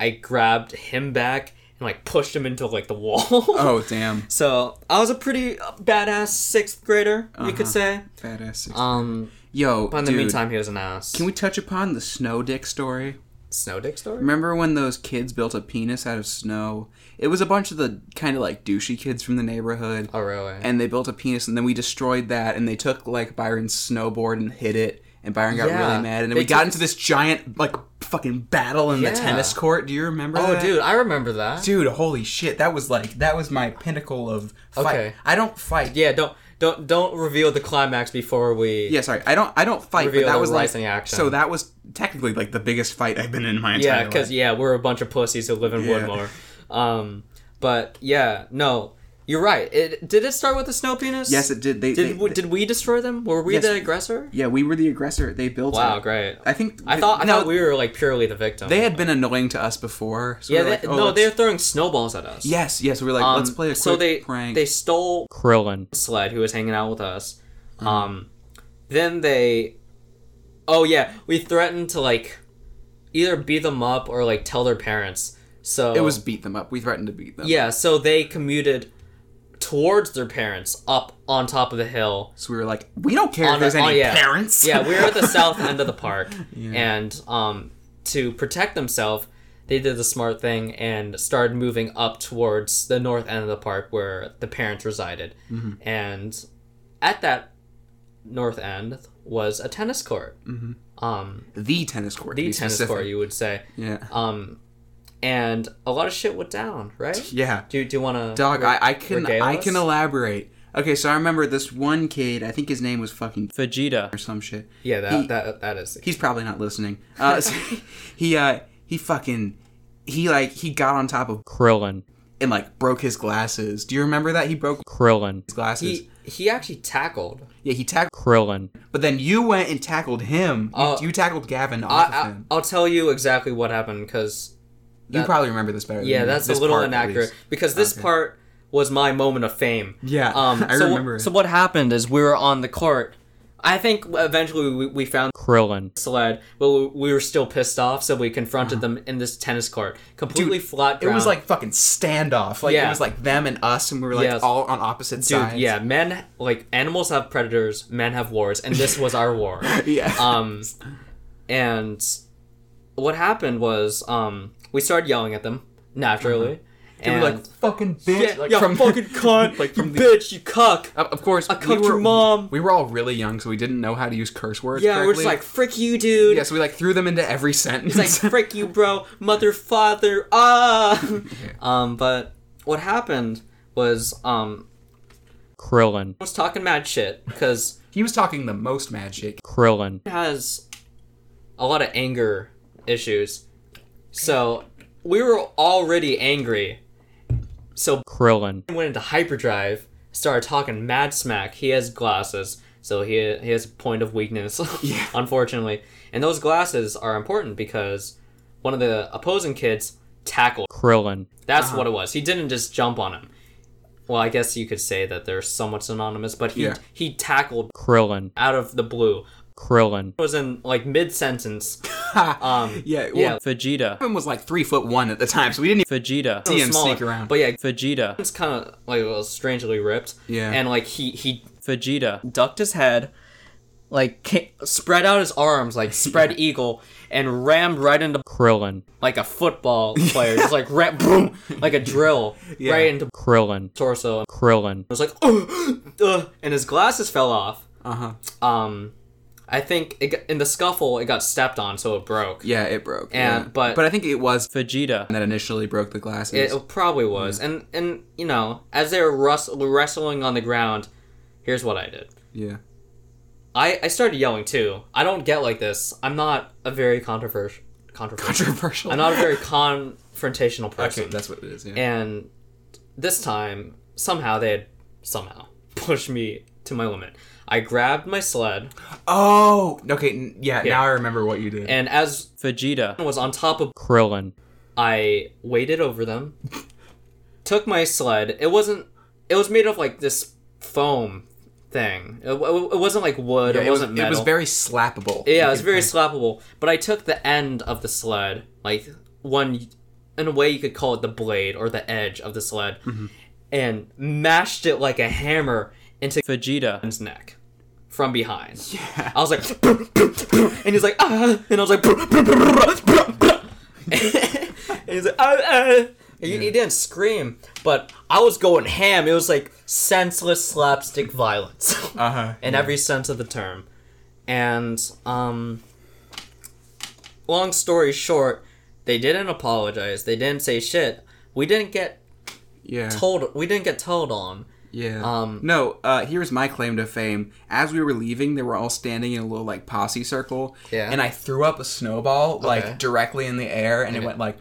[SPEAKER 2] I grabbed him back and like pushed him into like the wall.
[SPEAKER 1] Oh damn.
[SPEAKER 2] So I was a pretty badass sixth grader, you could say.
[SPEAKER 1] Badass.
[SPEAKER 2] Um,
[SPEAKER 1] Yo,
[SPEAKER 2] but in the
[SPEAKER 1] Uh-huh. dude,
[SPEAKER 2] meantime, he was an ass.
[SPEAKER 1] can we touch upon the snow dick story?
[SPEAKER 2] snow dick story?
[SPEAKER 1] Remember when those kids built a penis out of snow? It was a bunch of the kind of like douchey kids from the neighborhood,
[SPEAKER 2] Oh really?
[SPEAKER 1] and they built a penis, and then we destroyed that, and they took like Byron's snowboard and hit it, and Byron got
[SPEAKER 2] Yeah.
[SPEAKER 1] really mad, and then
[SPEAKER 2] They
[SPEAKER 1] we got
[SPEAKER 2] took-
[SPEAKER 1] into this giant like fucking battle in
[SPEAKER 2] Yeah.
[SPEAKER 1] the tennis court. Do you remember?
[SPEAKER 2] oh
[SPEAKER 1] that?
[SPEAKER 2] dude, I remember that.
[SPEAKER 1] dude, holy shit! That was like that was my pinnacle of fight.
[SPEAKER 2] Okay.
[SPEAKER 1] I don't fight.
[SPEAKER 2] Yeah, don't don't don't reveal the climax before we.
[SPEAKER 1] Yeah, sorry. I don't. I don't fight.
[SPEAKER 2] Reveal
[SPEAKER 1] but that
[SPEAKER 2] the
[SPEAKER 1] was like.
[SPEAKER 2] rising action.
[SPEAKER 1] So that was technically like the biggest fight I've been in my entire
[SPEAKER 2] Yeah, because
[SPEAKER 1] life.
[SPEAKER 2] yeah, we're a bunch of pussies who live in
[SPEAKER 1] Yeah.
[SPEAKER 2] Woodmore. Um, but yeah, no, you're right. It did it start with the snow penis?
[SPEAKER 1] Yes, it did. They,
[SPEAKER 2] Did
[SPEAKER 1] they-
[SPEAKER 2] we, did we destroy them? Were we
[SPEAKER 1] Yes.
[SPEAKER 2] the aggressor?
[SPEAKER 1] Yeah, we were the aggressor. They built.
[SPEAKER 2] Wow,
[SPEAKER 1] it.
[SPEAKER 2] great.
[SPEAKER 1] I think.
[SPEAKER 2] I thought I
[SPEAKER 1] no,
[SPEAKER 2] thought we were like purely the victim.
[SPEAKER 1] They had been annoying to us before. So we
[SPEAKER 2] yeah,
[SPEAKER 1] were
[SPEAKER 2] they,
[SPEAKER 1] like, oh,
[SPEAKER 2] no,
[SPEAKER 1] let's-
[SPEAKER 2] they're throwing snowballs at us.
[SPEAKER 1] Yes, yes. We were like,
[SPEAKER 2] Um,
[SPEAKER 1] let's play a quick
[SPEAKER 2] so they
[SPEAKER 1] prank.
[SPEAKER 2] they stole Krillin sled who was hanging out with us.
[SPEAKER 1] Mm.
[SPEAKER 2] Um, then they, oh yeah, we threatened to like either beat them up or like tell their parents. So
[SPEAKER 1] it was beat them up. We threatened to beat them.
[SPEAKER 2] Oh. yeah. So they commuted towards their parents up on top of the hill.
[SPEAKER 1] So we were like, we don't care
[SPEAKER 2] On
[SPEAKER 1] if there's
[SPEAKER 2] a-
[SPEAKER 1] any
[SPEAKER 2] oh, yeah.
[SPEAKER 1] parents.
[SPEAKER 2] Yeah, we were at the south end of the park, and um, to protect themselves, they did the smart thing and started moving up towards the north end of the park where the parents resided.
[SPEAKER 1] Mm-hmm.
[SPEAKER 2] And at that north end was a tennis court, um,
[SPEAKER 1] the tennis court. to
[SPEAKER 2] the
[SPEAKER 1] be
[SPEAKER 2] tennis
[SPEAKER 1] Mm-hmm. specific.
[SPEAKER 2] court, you would say.
[SPEAKER 1] Yeah.
[SPEAKER 2] Um, and a lot of shit went down, right?
[SPEAKER 1] Yeah.
[SPEAKER 2] Do, do you want to
[SPEAKER 1] Dog, I, I can
[SPEAKER 2] regale
[SPEAKER 1] I
[SPEAKER 2] us?
[SPEAKER 1] can elaborate. Okay, so I remember this one kid. I think his name was fucking or
[SPEAKER 2] Vegeta?
[SPEAKER 1] some shit.
[SPEAKER 2] Yeah, that
[SPEAKER 1] He-
[SPEAKER 2] that that is.
[SPEAKER 1] he's probably not listening. Uh, so he uh, he fucking he like he got on top of
[SPEAKER 2] Krillin.
[SPEAKER 1] and like broke his glasses. Do you remember that he broke
[SPEAKER 2] Krillin.
[SPEAKER 1] his glasses?
[SPEAKER 2] He he actually tackled
[SPEAKER 1] yeah, he tackled.
[SPEAKER 2] Krillin.
[SPEAKER 1] But then you went and tackled him. You,
[SPEAKER 2] Uh,
[SPEAKER 1] you tackled Gavin off of
[SPEAKER 2] I,
[SPEAKER 1] him.
[SPEAKER 2] I, will tell you exactly what happened because
[SPEAKER 1] you
[SPEAKER 2] that-
[SPEAKER 1] probably remember this better.
[SPEAKER 2] yeah,
[SPEAKER 1] than me,
[SPEAKER 2] that's
[SPEAKER 1] Mm, this
[SPEAKER 2] a little
[SPEAKER 1] part, at
[SPEAKER 2] inaccurate
[SPEAKER 1] least.
[SPEAKER 2] because this part was my moment of fame.
[SPEAKER 1] Yeah,
[SPEAKER 2] Um,
[SPEAKER 1] I
[SPEAKER 2] so,
[SPEAKER 1] remember. it.
[SPEAKER 2] So what happened is we were on the court. I think eventually we, we found Krillin sled, but we, we were still pissed off, so we confronted them in this tennis court, completely flat
[SPEAKER 1] Uh-huh. it
[SPEAKER 2] ground.
[SPEAKER 1] was like fucking standoff. Like
[SPEAKER 2] Yeah.
[SPEAKER 1] it was like them and us, and we were like
[SPEAKER 2] Yes.
[SPEAKER 1] all on opposite
[SPEAKER 2] Dude,
[SPEAKER 1] sides.
[SPEAKER 2] yeah, men like animals have predators, men have wars, and this was our war.
[SPEAKER 1] yeah.
[SPEAKER 2] Um, and what happened was um, we started yelling at them naturally,
[SPEAKER 1] we
[SPEAKER 2] and
[SPEAKER 1] Uh-huh. were like fucking bitch.
[SPEAKER 2] yeah,
[SPEAKER 1] like
[SPEAKER 2] yeah,
[SPEAKER 1] from
[SPEAKER 2] fucking cunt,
[SPEAKER 1] like from
[SPEAKER 2] you
[SPEAKER 1] the Uh,
[SPEAKER 2] bitch, you cuck.
[SPEAKER 1] Of, of course, I
[SPEAKER 2] cucked your mom.
[SPEAKER 1] We were all really young, so we didn't know how to use curse words.
[SPEAKER 2] Yeah, we're
[SPEAKER 1] correctly.
[SPEAKER 2] just like frick you, dude.
[SPEAKER 1] yeah, so we like threw them into every sentence.
[SPEAKER 2] It's like frick you, bro, mother, father, ah. um, but what happened was um,
[SPEAKER 3] Krillin,
[SPEAKER 2] I was talking mad shit because
[SPEAKER 1] he was talking the most mad shit.
[SPEAKER 3] Krillin,
[SPEAKER 2] has a lot of anger issues, so we were already angry. So
[SPEAKER 3] Krillin,
[SPEAKER 2] went into hyperdrive, started talking mad smack. He has glasses, so he he has a point of weakness, unfortunately. And those glasses are important because one of the opposing kids tackled.
[SPEAKER 3] Krillin,
[SPEAKER 2] That's what it was. He didn't just jump on him. well, I guess you could say that they're somewhat synonymous, but he
[SPEAKER 1] Yeah.
[SPEAKER 2] he tackled Krillin out of the blue. Krillin was in like mid sentence. um,
[SPEAKER 1] Yeah, well,
[SPEAKER 2] yeah, Vegeta,
[SPEAKER 1] Kevin was like three foot one at the time, so we didn't
[SPEAKER 2] Vegeta,
[SPEAKER 1] See him
[SPEAKER 2] Smaller.
[SPEAKER 1] sneak around.
[SPEAKER 2] But yeah,
[SPEAKER 3] Vegeta. Vegeta.
[SPEAKER 2] it's kind of like well, strangely ripped.
[SPEAKER 1] Yeah.
[SPEAKER 2] and like he he
[SPEAKER 3] Vegeta.
[SPEAKER 2] ducked his head, like ca- spread out his arms like spread eagle, and rammed right into
[SPEAKER 3] Krillin.
[SPEAKER 2] like a football player, just like ram boom, like a drill right into
[SPEAKER 3] Krillin.
[SPEAKER 2] torso. It
[SPEAKER 3] Krillin.
[SPEAKER 2] was like, oh, uh, and his glasses fell off.
[SPEAKER 1] even. Uh huh.
[SPEAKER 2] Um, I think it, got- in the scuffle it got stepped on, so it broke.
[SPEAKER 1] Yeah, it broke.
[SPEAKER 2] And-
[SPEAKER 1] yeah.
[SPEAKER 2] but-
[SPEAKER 1] but I think it was
[SPEAKER 3] Vegeta.
[SPEAKER 1] that initially broke the glasses.
[SPEAKER 2] It, it probably was, and and you know, as they were rus- wrestling on the ground, here's what I did.
[SPEAKER 1] yeah.
[SPEAKER 2] I, I started yelling too. I don't get like this. I'm not a very controversial controversial.
[SPEAKER 1] Controversial.
[SPEAKER 2] I'm not a very confrontational person.
[SPEAKER 1] Okay, that's what it is. Yeah.
[SPEAKER 2] and this time somehow they had somehow pushed me to my limit. I grabbed my sled,
[SPEAKER 1] oh, okay. n- Yeah,
[SPEAKER 2] Yeah.
[SPEAKER 1] Now I remember what you did.
[SPEAKER 2] and as
[SPEAKER 3] Vegeta.
[SPEAKER 2] was on top of
[SPEAKER 3] Krillin.
[SPEAKER 2] I waded over them, took my sled. It wasn't. It was made of like this foam thing. It, w- it wasn't like wood. it,
[SPEAKER 1] was-
[SPEAKER 2] wasn't metal.
[SPEAKER 1] It was very slappable.
[SPEAKER 2] yeah, it was very slappable. But I took the end of the sled, like one, in a way you could call it the blade or the edge of the sled, and mashed it like a hammer into
[SPEAKER 3] Vegeta.
[SPEAKER 2] his neck from behind.
[SPEAKER 1] Yeah.
[SPEAKER 2] I was like, and he's like, ah, and I was like, and he's like, ah, ah. He, he didn't scream, but I was going ham. It was like senseless slapstick violence
[SPEAKER 1] Uh huh.
[SPEAKER 2] in every sense of the term. And um long story short, they didn't apologize. They didn't say shit. We didn't get
[SPEAKER 1] Yeah.
[SPEAKER 2] told we didn't get told on.
[SPEAKER 1] Yeah.
[SPEAKER 2] Um,
[SPEAKER 1] no, uh, here's my claim to fame. As we were leaving, they were all standing in a little like posse circle.
[SPEAKER 2] Yeah.
[SPEAKER 1] And I threw up a snowball
[SPEAKER 2] Okay.
[SPEAKER 1] like directly in the air, and, it
[SPEAKER 2] it-
[SPEAKER 1] went like,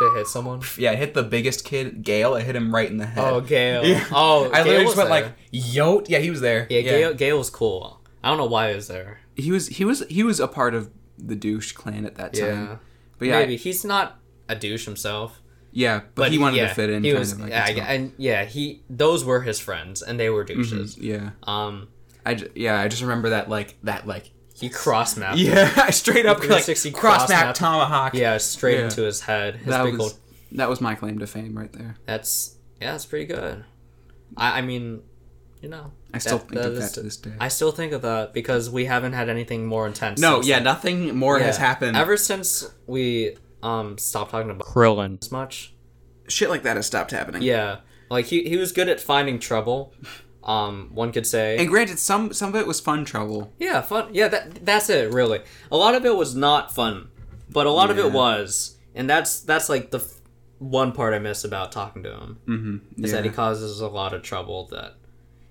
[SPEAKER 2] They hit someone.
[SPEAKER 1] yeah, it hit the biggest kid, Gale. It hit him right in the head.
[SPEAKER 2] Oh Gail.
[SPEAKER 1] Yeah.
[SPEAKER 2] Oh
[SPEAKER 1] I literally
[SPEAKER 2] Gale
[SPEAKER 1] just
[SPEAKER 2] was
[SPEAKER 1] went like,
[SPEAKER 2] there.
[SPEAKER 1] yote. Yeah, he was there.
[SPEAKER 2] Yeah, Gail Gail was cool. I don't know why he was there.
[SPEAKER 1] He was he was he was a part of the douche clan at that time.
[SPEAKER 2] Yeah.
[SPEAKER 1] But yeah,
[SPEAKER 2] Um, Maybe he's not a douche himself.
[SPEAKER 1] yeah, but, he wanted
[SPEAKER 2] yeah,
[SPEAKER 1] to fit in.
[SPEAKER 2] He
[SPEAKER 1] kind
[SPEAKER 2] was,
[SPEAKER 1] of, like,
[SPEAKER 2] yeah,
[SPEAKER 1] it's
[SPEAKER 2] I- and yeah, he those were his friends, and they were douches.
[SPEAKER 1] not- yeah.
[SPEAKER 2] Um,
[SPEAKER 1] I ju- yeah, I just remember that like that like
[SPEAKER 2] he cross mapped
[SPEAKER 1] yeah, I straight up like
[SPEAKER 2] 360
[SPEAKER 1] cross
[SPEAKER 2] cross-map.
[SPEAKER 1] map tomahawk.
[SPEAKER 2] Yeah, straight
[SPEAKER 1] Yeah.
[SPEAKER 2] into his head. His
[SPEAKER 1] that
[SPEAKER 2] big
[SPEAKER 1] was
[SPEAKER 2] old.
[SPEAKER 1] that was my claim to fame right there.
[SPEAKER 2] That's yeah, that's pretty good. I, I mean, you know,
[SPEAKER 1] I still
[SPEAKER 2] that-
[SPEAKER 1] think of
[SPEAKER 2] is-
[SPEAKER 1] that to this day.
[SPEAKER 2] I still think of that because we haven't had anything more intense.
[SPEAKER 1] No,
[SPEAKER 2] since
[SPEAKER 1] yeah,
[SPEAKER 2] then.
[SPEAKER 1] nothing more
[SPEAKER 2] Yeah.
[SPEAKER 1] has happened.
[SPEAKER 2] ever since we um stopped talking about
[SPEAKER 3] Krillin.
[SPEAKER 2] as much.
[SPEAKER 1] Shit like that has stopped happening.
[SPEAKER 2] Yeah, like he he was good at finding trouble. Um, one could say.
[SPEAKER 1] And granted, some some of it was fun trouble.
[SPEAKER 2] Yeah, fun. Yeah, that that's it really. A lot of it was not fun, but a lot of
[SPEAKER 1] Yeah.
[SPEAKER 2] it was, and that's that's like the f- one part I miss about talking to him
[SPEAKER 1] Mm-hmm.
[SPEAKER 2] is that he causes a lot of trouble. That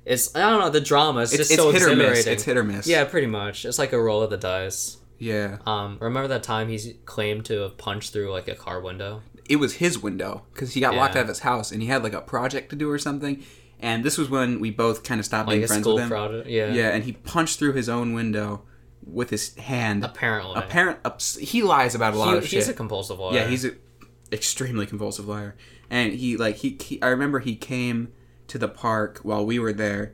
[SPEAKER 2] it's I don't know the drama is
[SPEAKER 1] it's,
[SPEAKER 2] just
[SPEAKER 1] it's
[SPEAKER 2] so
[SPEAKER 1] hit or miss.
[SPEAKER 2] exhilarating.
[SPEAKER 1] It's hit or miss.
[SPEAKER 2] yeah, pretty much. It's like a roll of the dice.
[SPEAKER 1] yeah.
[SPEAKER 2] Um, remember that time he claimed to have punched through like a car window?
[SPEAKER 1] It was his window because he got locked
[SPEAKER 2] Yeah.
[SPEAKER 1] out of his house, and he had like a project to do or something. And this was when we both kind of stopped
[SPEAKER 2] Like
[SPEAKER 1] being
[SPEAKER 2] a
[SPEAKER 1] friends
[SPEAKER 2] school
[SPEAKER 1] with him.
[SPEAKER 2] fraud. Yeah.
[SPEAKER 1] Yeah, and he punched through his own window with his hand.
[SPEAKER 2] Apparently.
[SPEAKER 1] Apparent, ups- he lies about a lot
[SPEAKER 2] He-
[SPEAKER 1] of
[SPEAKER 2] he's a
[SPEAKER 1] shit.
[SPEAKER 2] compulsive liar.
[SPEAKER 1] yeah, he's an extremely convulsive liar. And he like he, he, I remember he came to the park while we were there,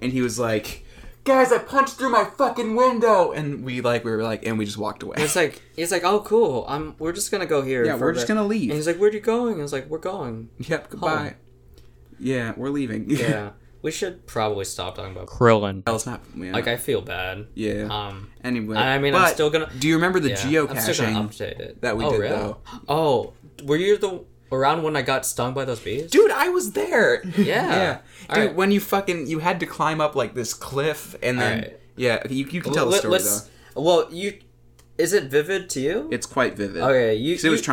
[SPEAKER 1] and he was like, "Guys, I punched through my fucking window," and we like we were like, and we just walked away.
[SPEAKER 2] It's like he's like, oh cool. I'm. We're just gonna go here.
[SPEAKER 1] Yeah,
[SPEAKER 2] for a
[SPEAKER 1] we're just
[SPEAKER 2] bit."
[SPEAKER 1] gonna leave.
[SPEAKER 2] And he's like, where would you going? I was like, we're going.
[SPEAKER 1] yep, goodbye.
[SPEAKER 2] home.
[SPEAKER 1] Yeah, we're leaving.
[SPEAKER 2] Yeah, we should probably stop talking about.
[SPEAKER 3] Krillin.
[SPEAKER 1] Well, it's not. Yeah.
[SPEAKER 2] Like I feel bad.
[SPEAKER 1] yeah.
[SPEAKER 2] Um,
[SPEAKER 1] anyway,
[SPEAKER 2] I mean, I'm
[SPEAKER 1] but
[SPEAKER 2] still gonna.
[SPEAKER 1] Do you remember the
[SPEAKER 2] yeah, I'm still gonna
[SPEAKER 1] geocaching?
[SPEAKER 2] update it.
[SPEAKER 1] that we
[SPEAKER 2] oh,
[SPEAKER 1] did,
[SPEAKER 2] really?
[SPEAKER 1] though.
[SPEAKER 2] Oh, were you the around when I got stung by those bees?
[SPEAKER 1] Dude, I was there.
[SPEAKER 2] Yeah.
[SPEAKER 1] Dude,
[SPEAKER 2] Alright.
[SPEAKER 1] when you fucking you had to climb up like this cliff and then
[SPEAKER 2] Alright.
[SPEAKER 1] yeah, you, you can tell the
[SPEAKER 2] Let-
[SPEAKER 1] story
[SPEAKER 2] let's-
[SPEAKER 1] though.
[SPEAKER 2] Well, you. Is it vivid to you?
[SPEAKER 1] It's quite vivid.
[SPEAKER 2] okay, you.
[SPEAKER 1] 'Cause it was
[SPEAKER 2] you-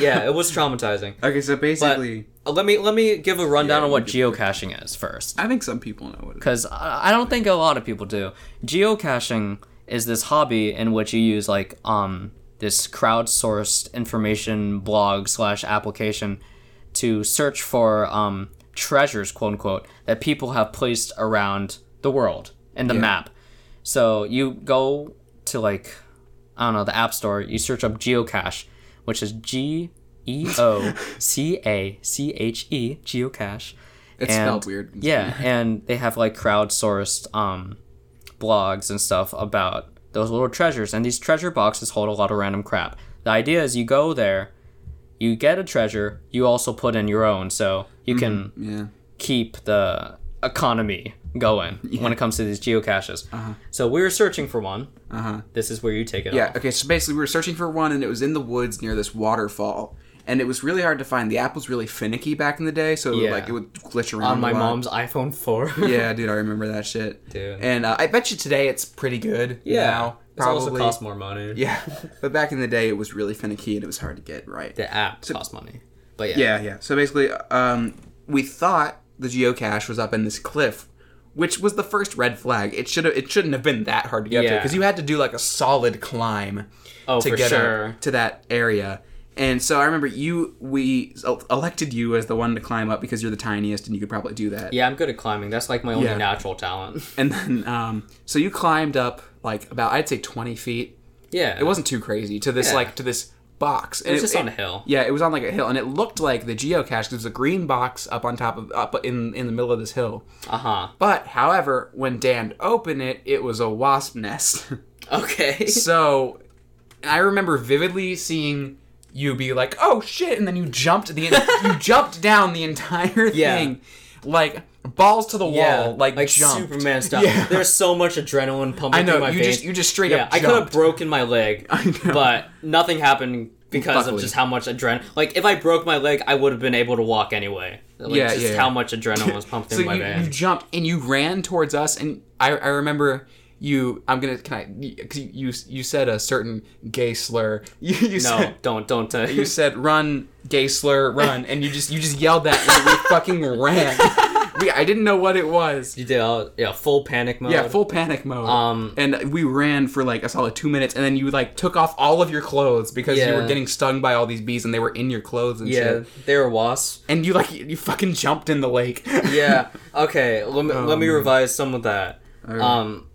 [SPEAKER 2] yeah, it was traumatizing.
[SPEAKER 1] Okay, so basically,
[SPEAKER 2] Uh, Let me let me give a rundown
[SPEAKER 1] Yeah,
[SPEAKER 2] on what
[SPEAKER 1] you
[SPEAKER 2] geocaching is first.
[SPEAKER 1] I think some people know what it is.
[SPEAKER 2] because I I don't think a lot of people do. Geocaching is this hobby in which you use like um this crowdsourced information blog slash application to search for um treasures quote unquote that people have placed around the world in the map. So you go to like I don't know the app store, you search up geocache, which is G E O C A C H E geocache. and-
[SPEAKER 1] It's spelled weird.
[SPEAKER 2] Yeah, and they have like crowdsourced um, blogs and stuff about those little treasures. And these treasure boxes hold a lot of random crap. The idea is you go there, you get a treasure, you also put in your own, so you can
[SPEAKER 1] Yeah.
[SPEAKER 2] keep the economy going when it comes to these geocaches. So we were searching for one.
[SPEAKER 1] Uh-huh.
[SPEAKER 2] This is where you take it.
[SPEAKER 1] Yeah.
[SPEAKER 2] off.
[SPEAKER 1] Okay. So basically, we were searching for one, and it was in the woods near this waterfall, and it was really hard to find. The app was really finicky back in the day, so it would,
[SPEAKER 2] Yeah.
[SPEAKER 1] like it would glitch around.
[SPEAKER 2] on my
[SPEAKER 1] a lot.
[SPEAKER 2] mom's iPhone four.
[SPEAKER 1] yeah, dude, I remember that shit.
[SPEAKER 2] Dude.
[SPEAKER 1] And uh, I bet you today it's pretty good.
[SPEAKER 2] yeah.
[SPEAKER 1] now,
[SPEAKER 2] It's
[SPEAKER 1] probably.
[SPEAKER 2] also cost more money.
[SPEAKER 1] yeah, but back in the day, it was really finicky and it was hard to get right.
[SPEAKER 2] The app costs money. But yeah.
[SPEAKER 1] Yeah, yeah. So basically, um, we thought the geocache was up in this cliff, which was the first red flag. It should have. It shouldn't have been that hard to get to
[SPEAKER 2] Yeah.
[SPEAKER 1] because you had to do like a solid climb
[SPEAKER 2] Oh,
[SPEAKER 1] to
[SPEAKER 2] for
[SPEAKER 1] get up
[SPEAKER 2] sure.
[SPEAKER 1] to that area. And so I remember you. We el- elected you as the one to climb up because you're the tiniest and you could probably do that.
[SPEAKER 2] Yeah, I'm good at climbing. That's like my only
[SPEAKER 1] Yeah.
[SPEAKER 2] natural talent.
[SPEAKER 1] And then, um, so you climbed up like about I'd say 20 feet.
[SPEAKER 2] Yeah.
[SPEAKER 1] It wasn't too crazy to this
[SPEAKER 2] Yeah.
[SPEAKER 1] like to this box. And
[SPEAKER 2] It was just on a hill.
[SPEAKER 1] Yeah, it was on like a hill, and it looked like the geocache. 'cause There was a green box up on top of up in in the middle of this hill.
[SPEAKER 2] Uh huh.
[SPEAKER 1] But however, when Dan opened it, it was a wasp nest.
[SPEAKER 2] Okay.
[SPEAKER 1] so, and I remember vividly seeing you be like, "Oh shit!" and then you jumped the you jumped down the entire
[SPEAKER 2] Yeah.
[SPEAKER 1] thing, like balls to the
[SPEAKER 2] yeah,
[SPEAKER 1] wall, like, jumped.
[SPEAKER 2] Superman stuff.
[SPEAKER 1] Yeah.
[SPEAKER 2] There's so much adrenaline pumping
[SPEAKER 1] I know
[SPEAKER 2] through my
[SPEAKER 1] you
[SPEAKER 2] veins.
[SPEAKER 1] just you just straight
[SPEAKER 2] yeah,
[SPEAKER 1] up.
[SPEAKER 2] I could have
[SPEAKER 1] Jumped.
[SPEAKER 2] broken my leg,
[SPEAKER 1] know.
[SPEAKER 2] but nothing happened because
[SPEAKER 1] Luckily.
[SPEAKER 2] of just how much adrenaline. Like if I broke my leg, I would have been able to walk anyway. Like,
[SPEAKER 1] Yeah,
[SPEAKER 2] just
[SPEAKER 1] yeah.
[SPEAKER 2] how much adrenaline was pumped
[SPEAKER 1] So
[SPEAKER 2] through my
[SPEAKER 1] you, you
[SPEAKER 2] veins.
[SPEAKER 1] jumped and you ran towards us, and I, I remember you. I'm gonna can I? 'cause You you said a certain gay slur. You, you
[SPEAKER 2] No,
[SPEAKER 1] said
[SPEAKER 2] don't don't. Uh,
[SPEAKER 1] you said run gay slur run, and you just you just yelled that and we fucking ran. We, I didn't know what it was.
[SPEAKER 2] you did all, yeah full panic mode.
[SPEAKER 1] Yeah, full panic mode.
[SPEAKER 2] Um,
[SPEAKER 1] and we ran for like a solid two minutes, and then you like took off all of your clothes because you were
[SPEAKER 2] Yeah.
[SPEAKER 1] getting stung by all these bees, and they were in your clothes and
[SPEAKER 2] yeah.
[SPEAKER 1] shit.
[SPEAKER 2] They were wasps.
[SPEAKER 1] And you like you, you fucking jumped in the lake.
[SPEAKER 2] yeah. Okay. Let me let me
[SPEAKER 1] man.
[SPEAKER 2] revise some of that. Um,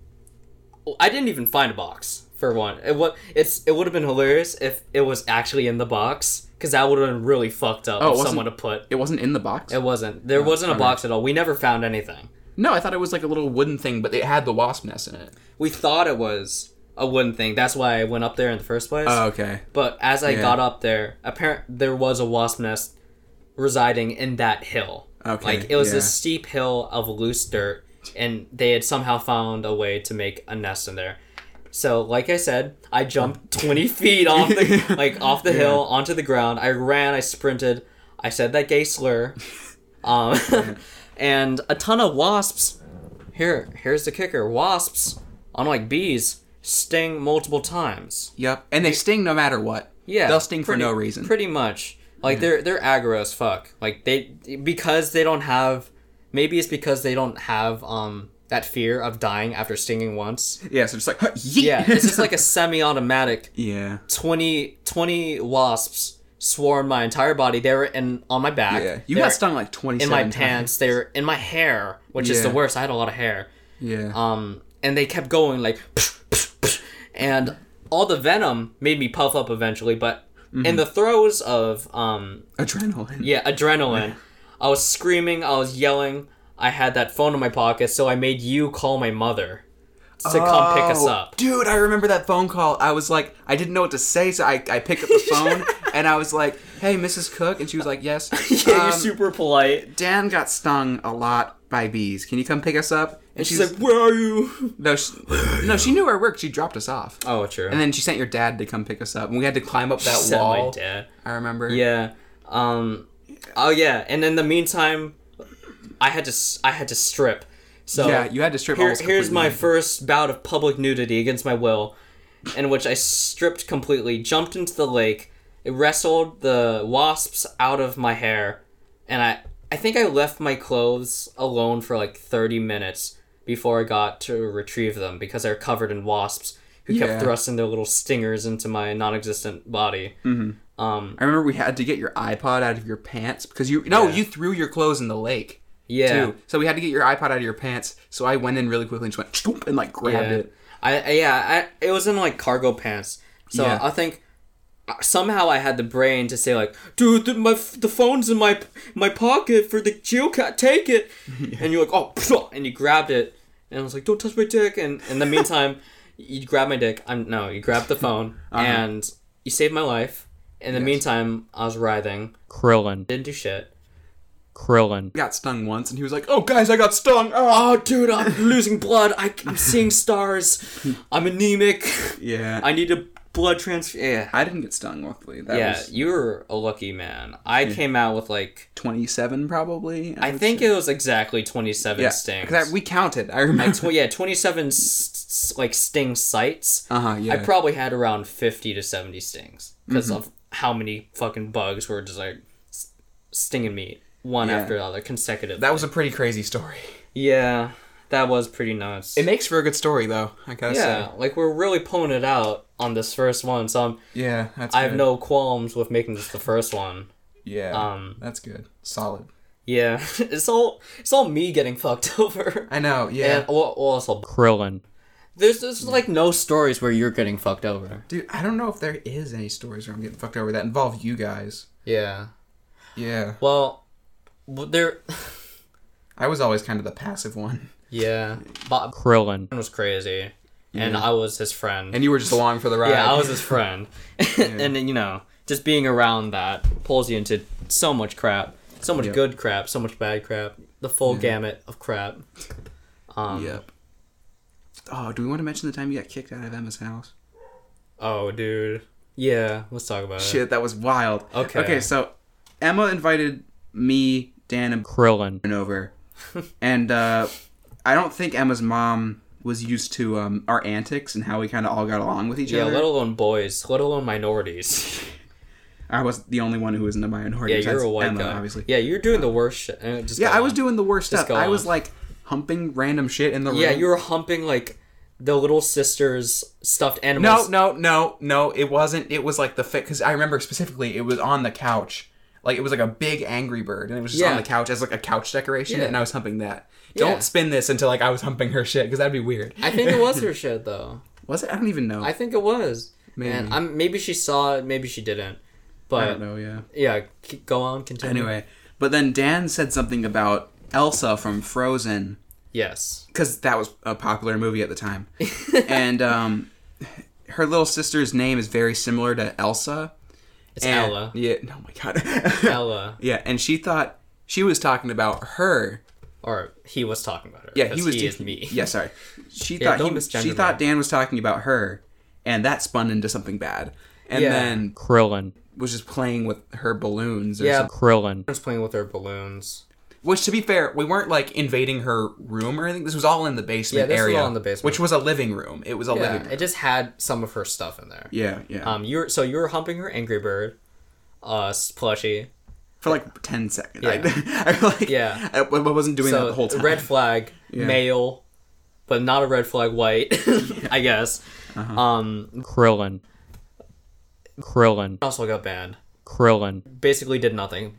[SPEAKER 2] I didn't even find a box for one. It what it's it would have been hilarious if it was actually in the box because that would have been really fucked up.
[SPEAKER 1] Oh, it
[SPEAKER 2] if
[SPEAKER 1] wasn't- Oh,
[SPEAKER 2] someone to put.
[SPEAKER 1] It wasn't in the box.
[SPEAKER 2] It wasn't. There wasn't a box at all. We never found anything.
[SPEAKER 1] No, I thought it was like a little wooden thing, but it had the wasp nest in it.
[SPEAKER 2] We thought it was a wooden thing. That's why I went up there in the first place.
[SPEAKER 1] okay.
[SPEAKER 2] but as I
[SPEAKER 1] yeah.
[SPEAKER 2] got up there, apparent there was a wasp nest residing in that hill.
[SPEAKER 1] Okay,
[SPEAKER 2] Like it was
[SPEAKER 1] yeah.
[SPEAKER 2] this steep hill of loose dirt, and they had somehow found a way to make a nest in there. So, like I said, I jumped twenty feet off the like off the hill onto the ground. I ran, I sprinted, I said that gay slur, um, and a ton of wasps. Here, here's the kicker: wasps, unlike bees, sting multiple times.
[SPEAKER 1] Yep. And they sting no matter what.
[SPEAKER 2] Yeah,
[SPEAKER 1] They'll sting
[SPEAKER 2] pretty-
[SPEAKER 1] for no reason.
[SPEAKER 2] Pretty much, like they're they're aggro as fuck. Like they because they don't have. Maybe it's because they don't have um that fear of dying after stinging once.
[SPEAKER 1] yeah, so just like,
[SPEAKER 2] Yeah, it's just like a semi-automatic.
[SPEAKER 1] yeah.
[SPEAKER 2] 20, 20 wasps swarmed my entire body. They were in on my back.
[SPEAKER 1] Yeah. You
[SPEAKER 2] They were
[SPEAKER 1] got stung like
[SPEAKER 2] in
[SPEAKER 1] 27
[SPEAKER 2] my
[SPEAKER 1] times.
[SPEAKER 2] pants. They were in my hair, which is the
[SPEAKER 1] Yeah.
[SPEAKER 2] worst. I had a lot of hair.
[SPEAKER 1] Yeah.
[SPEAKER 2] Um, and they kept going like, and all the venom made me puff up eventually. But in the throes of um,
[SPEAKER 1] Adrenaline.
[SPEAKER 2] yeah, adrenaline, I was screaming, I was yelling. I had that phone in my pocket, so I made you call my mother to come pick us
[SPEAKER 1] Oh,
[SPEAKER 2] up.
[SPEAKER 1] Dude, I remember that phone call. I was like, I didn't know what to say, so I, I picked up the phone and I was like, hey, Mrs. Cook. And she was like, yes.
[SPEAKER 2] Yeah, you're
[SPEAKER 1] Um,
[SPEAKER 2] super polite.
[SPEAKER 1] Dan got stung a lot by bees. Can you come pick us up? And
[SPEAKER 2] She's like, "Where are you?"
[SPEAKER 1] no, she, no, she knew our work. She dropped us off.
[SPEAKER 2] Oh, true.
[SPEAKER 1] And then she sent your dad to come pick us up, and we had to climb up that
[SPEAKER 2] Sent
[SPEAKER 1] wall.
[SPEAKER 2] my dad.
[SPEAKER 1] I remember.
[SPEAKER 2] Yeah. Um. Oh yeah. And in the meantime, I had to s- I had to strip. So
[SPEAKER 1] Yeah, you had to strip
[SPEAKER 2] Here,
[SPEAKER 1] almost
[SPEAKER 2] here's my
[SPEAKER 1] completely.
[SPEAKER 2] first bout of public nudity against my will, in which I stripped completely, jumped into the lake, wrestled the wasps out of my hair, and I I think I left my clothes alone for like 30 minutes before I got to retrieve them because they're covered in wasps who
[SPEAKER 1] Yeah.
[SPEAKER 2] kept thrusting their little stingers into my non-existent body.
[SPEAKER 1] Mm-hmm.
[SPEAKER 2] Um,
[SPEAKER 1] I remember we had to get your iPod out of your pants because you no,
[SPEAKER 2] Yeah.
[SPEAKER 1] you threw your clothes in the lake
[SPEAKER 2] yeah.
[SPEAKER 1] too. So we had to get your iPod out of your pants. So I went in really quickly and just went "Stoop," and like grabbed
[SPEAKER 2] Yeah.
[SPEAKER 1] it.
[SPEAKER 2] I I- yeah, I it was in like cargo pants. So
[SPEAKER 1] Yeah.
[SPEAKER 2] I think uh, somehow I had the brain to say like, dude, the, my f- the phone's in my my pocket for the geocat, take it. And you're like, oh, pshaw, and you grabbed it, and I was like, don't touch my dick. And in the meantime, you grab my dick. I'm no, you grabbed the phone, and you saved my life. In the meantime, I was writhing.
[SPEAKER 3] Krillin.
[SPEAKER 2] Didn't do shit.
[SPEAKER 3] Krillin.
[SPEAKER 1] got stung once, and he was like, "Oh, guys, I got stung!" Oh,
[SPEAKER 2] Oh, dude, I'm losing blood. I, I'm seeing stars. I'm anemic.
[SPEAKER 1] yeah.
[SPEAKER 2] I need a blood transfusion. Yeah.
[SPEAKER 1] I didn't get stung, luckily. That
[SPEAKER 2] yeah,
[SPEAKER 1] was
[SPEAKER 2] you were a lucky man. I came out with like
[SPEAKER 1] 27, probably.
[SPEAKER 2] I think it was exactly twenty seven
[SPEAKER 1] yeah,
[SPEAKER 2] stings.
[SPEAKER 1] 'cause I- we counted. I remember.
[SPEAKER 2] Tw- yeah, twenty seven s- s- like sting sites.
[SPEAKER 1] uh huh. Yeah. Mm-hmm.
[SPEAKER 2] I probably had around fifty to seventy stings because of how many fucking bugs were just like s- stinging me one
[SPEAKER 1] Yeah.
[SPEAKER 2] after the other consecutive.
[SPEAKER 1] that was a pretty crazy story.
[SPEAKER 2] yeah, that was pretty nuts.
[SPEAKER 1] It makes for a good story, though. I gotta
[SPEAKER 2] yeah,
[SPEAKER 1] say.
[SPEAKER 2] like we're really pulling it out on this first one, so I'm,
[SPEAKER 1] Yeah. That's.
[SPEAKER 2] I have
[SPEAKER 1] good.
[SPEAKER 2] no qualms with making this the first one.
[SPEAKER 1] Yeah.
[SPEAKER 2] um,
[SPEAKER 1] That's good. Solid.
[SPEAKER 2] Yeah, it's all it's all me getting fucked over.
[SPEAKER 1] I know. Yeah.
[SPEAKER 2] And well, also,
[SPEAKER 3] Krillin.
[SPEAKER 2] there's, there's like no stories where you're getting fucked over.
[SPEAKER 1] Dude, I don't know if there is any stories where I'm getting fucked over that involve you guys.
[SPEAKER 2] Yeah.
[SPEAKER 1] Yeah.
[SPEAKER 2] Well, w- there.
[SPEAKER 1] I was always kind of the passive one.
[SPEAKER 2] Yeah. Bob
[SPEAKER 3] Krillin.
[SPEAKER 2] was crazy, and I was his friend.
[SPEAKER 1] And you were just along for the ride.
[SPEAKER 2] yeah, I was his friend, and then, you know, just being around that pulls you into so much crap, so much
[SPEAKER 1] Yep.
[SPEAKER 2] good crap, so much bad crap, the full gamut of crap. Um,
[SPEAKER 1] Yep. Oh, do we want to mention the time you got kicked out of Emma's house?
[SPEAKER 2] Oh, dude. Yeah, let's talk about it.
[SPEAKER 1] Shit, that was wild.
[SPEAKER 2] Okay.
[SPEAKER 1] Uh, Okay, so Emma invited me, Dan, and
[SPEAKER 3] Krillin.
[SPEAKER 1] Brendan over, and uh, I don't think Emma's mom was used to um, our antics and how we kind of all got along with each
[SPEAKER 2] Yeah,
[SPEAKER 1] other.
[SPEAKER 2] let alone boys, let alone minorities.
[SPEAKER 1] I was the only one who was in the minority.
[SPEAKER 2] Yeah, you're
[SPEAKER 1] besides
[SPEAKER 2] a white
[SPEAKER 1] Emma,
[SPEAKER 2] guy.
[SPEAKER 1] obviously.
[SPEAKER 2] Yeah, you're doing the worst shit. Uh, just
[SPEAKER 1] Yeah,
[SPEAKER 2] go
[SPEAKER 1] I was
[SPEAKER 2] on.
[SPEAKER 1] doing the worst
[SPEAKER 2] Just
[SPEAKER 1] stuff.
[SPEAKER 2] go
[SPEAKER 1] I was
[SPEAKER 2] on.
[SPEAKER 1] like humping random shit in the room.
[SPEAKER 2] Yeah, you were humping like the little sister's stuffed
[SPEAKER 1] No,
[SPEAKER 2] animals.
[SPEAKER 1] no, no, no. It wasn't. It was like the fit because I remember specifically it was on the couch. Like it was like a big Angry Bird, and it was just
[SPEAKER 2] Yeah.
[SPEAKER 1] on the couch as like a couch decoration,
[SPEAKER 2] Yeah.
[SPEAKER 1] and I was humping that.
[SPEAKER 2] Yeah.
[SPEAKER 1] Don't spin this until like I was humping her shit because that'd be weird.
[SPEAKER 2] I think it was her shit though.
[SPEAKER 1] was it? I don't even know.
[SPEAKER 2] I
[SPEAKER 1] I,
[SPEAKER 2] think it was.
[SPEAKER 1] Maybe.
[SPEAKER 2] Man, I'm maybe she saw it, maybe she didn't.
[SPEAKER 1] don't
[SPEAKER 2] But
[SPEAKER 1] know. Yeah.
[SPEAKER 2] yeah, keep, go on, continue.
[SPEAKER 1] Anyway, but then Dan said something about Elsa from Frozen
[SPEAKER 2] yes.
[SPEAKER 1] because that was a popular movie at the time, and um, her little sister's name is very similar to Elsa.
[SPEAKER 2] It's
[SPEAKER 1] And-
[SPEAKER 2] Ella.
[SPEAKER 1] Yeah. Oh my god.
[SPEAKER 2] Ella
[SPEAKER 1] Yeah, and she thought she was talking about her.
[SPEAKER 2] or he was talking about her.
[SPEAKER 1] Yeah,
[SPEAKER 2] 'cause
[SPEAKER 1] he was.
[SPEAKER 2] he is me.
[SPEAKER 1] Yeah, sorry. She
[SPEAKER 2] Yeah,
[SPEAKER 1] thought
[SPEAKER 2] don't
[SPEAKER 1] he was,
[SPEAKER 2] misgender
[SPEAKER 1] she
[SPEAKER 2] me.
[SPEAKER 1] thought Dan was talking about her, and that spun into something bad. And
[SPEAKER 2] Yeah.
[SPEAKER 1] then
[SPEAKER 3] Krillin.
[SPEAKER 1] was just playing with her balloons. Or
[SPEAKER 2] Yeah.
[SPEAKER 1] something.
[SPEAKER 3] Krillin.
[SPEAKER 2] I was playing with her balloons.
[SPEAKER 1] Which, to be fair, we weren't like invading her room or anything. This was all in the basement
[SPEAKER 2] Yeah, this was
[SPEAKER 1] area.
[SPEAKER 2] all in the basement.
[SPEAKER 1] which was a living room. It was a living
[SPEAKER 2] Yeah,
[SPEAKER 1] room.
[SPEAKER 2] it just had some of her stuff in there.
[SPEAKER 1] yeah, yeah.
[SPEAKER 2] Um, you were so you were humping her Angry Bird, uh, plushie.
[SPEAKER 1] For like ten seconds.
[SPEAKER 2] Yeah.
[SPEAKER 1] I, I, like,
[SPEAKER 2] Yeah.
[SPEAKER 1] I, I wasn't doing that the whole time.
[SPEAKER 2] red flag
[SPEAKER 1] Yeah.
[SPEAKER 2] male but not a red flag white i guess
[SPEAKER 1] Uh-huh.
[SPEAKER 2] um
[SPEAKER 3] Krillin. Krillin.
[SPEAKER 2] also got banned
[SPEAKER 3] Krillin.
[SPEAKER 2] basically did nothing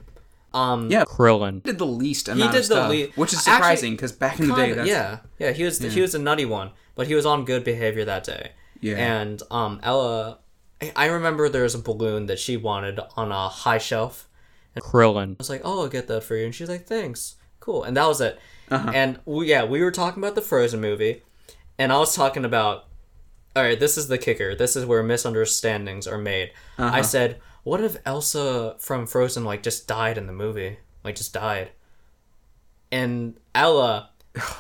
[SPEAKER 2] um
[SPEAKER 1] Yeah.
[SPEAKER 3] Krillin.
[SPEAKER 1] did the least amount
[SPEAKER 2] did
[SPEAKER 1] of
[SPEAKER 2] the
[SPEAKER 1] stuff,
[SPEAKER 2] lea-
[SPEAKER 1] which is
[SPEAKER 2] Actually,
[SPEAKER 1] surprising because back in the day,
[SPEAKER 2] kinda-
[SPEAKER 1] that's,
[SPEAKER 2] yeah yeah he was the, he was a nutty one but he was on good behavior that day
[SPEAKER 1] Yeah.
[SPEAKER 2] and um ella I- i remember there was a balloon that she wanted on a high shelf
[SPEAKER 3] Krillin.
[SPEAKER 2] I was like, "Oh, I'll get that for you," and she's like, "Thanks, cool." And that was it.
[SPEAKER 1] Uh-huh.
[SPEAKER 2] And we, yeah, we were talking about the Frozen movie, and I was talking about, all right, this is the kicker. This is where misunderstandings are made.
[SPEAKER 1] Uh-huh.
[SPEAKER 2] I said, "What if Elsa from Frozen like just died in the movie? Like just died?" And Ella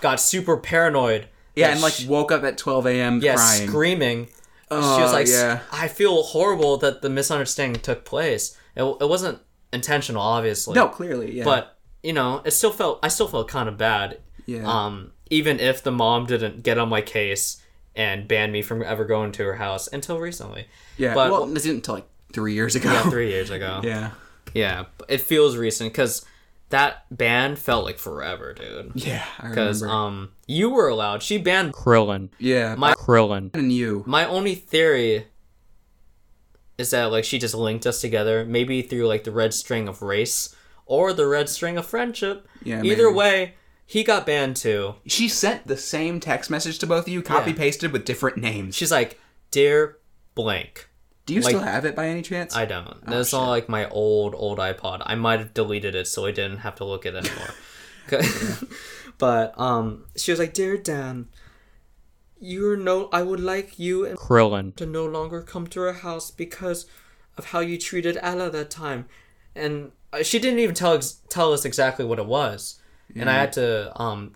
[SPEAKER 2] got super paranoid.
[SPEAKER 1] Yeah,
[SPEAKER 2] that
[SPEAKER 1] and like
[SPEAKER 2] she-
[SPEAKER 1] woke up at 12 a.m.
[SPEAKER 2] yeah,
[SPEAKER 1] crying.
[SPEAKER 2] screaming. she was
[SPEAKER 1] Oh,
[SPEAKER 2] like, "S-
[SPEAKER 1] yeah.
[SPEAKER 2] "I feel horrible that the misunderstanding took place. It, it wasn't intentional, obviously."
[SPEAKER 1] no, clearly, yeah.
[SPEAKER 2] but you know it still felt i still felt kind of bad
[SPEAKER 1] Yeah.
[SPEAKER 2] um even if the mom didn't get on my case and ban me from ever going to her house until recently
[SPEAKER 1] yeah,
[SPEAKER 2] but
[SPEAKER 1] well, this isn't until like three years ago.
[SPEAKER 2] yeah, three years ago yeah,
[SPEAKER 1] Yeah,
[SPEAKER 2] but it feels recent because that ban felt like forever dude
[SPEAKER 1] yeah, I
[SPEAKER 2] because
[SPEAKER 1] remember.
[SPEAKER 2] um you were allowed she banned
[SPEAKER 3] Krillin.
[SPEAKER 1] yeah,
[SPEAKER 2] my-
[SPEAKER 3] Krillin.
[SPEAKER 1] and you.
[SPEAKER 2] my only theory is that like she just linked us together maybe through like the red string of race or the red string of friendship
[SPEAKER 1] Yeah,
[SPEAKER 2] either
[SPEAKER 1] maybe.
[SPEAKER 2] way he got banned too
[SPEAKER 1] She sent the same text message to both of you, copy pasted with different names.
[SPEAKER 2] She's like, Dear blank.
[SPEAKER 1] Do you
[SPEAKER 2] Like-
[SPEAKER 1] still have it by any chance?
[SPEAKER 2] I don't. That's all like my old old iPod. I might have deleted it so I didn't have to look at it anymore. 'Kay. but um, she was like, "Dear Dan, you're no. I would like you and
[SPEAKER 3] Krillin,
[SPEAKER 2] to no longer come to her house because of how you treated Ella that time." And uh, she didn't even tell ex- tell us exactly what it was, and I had to um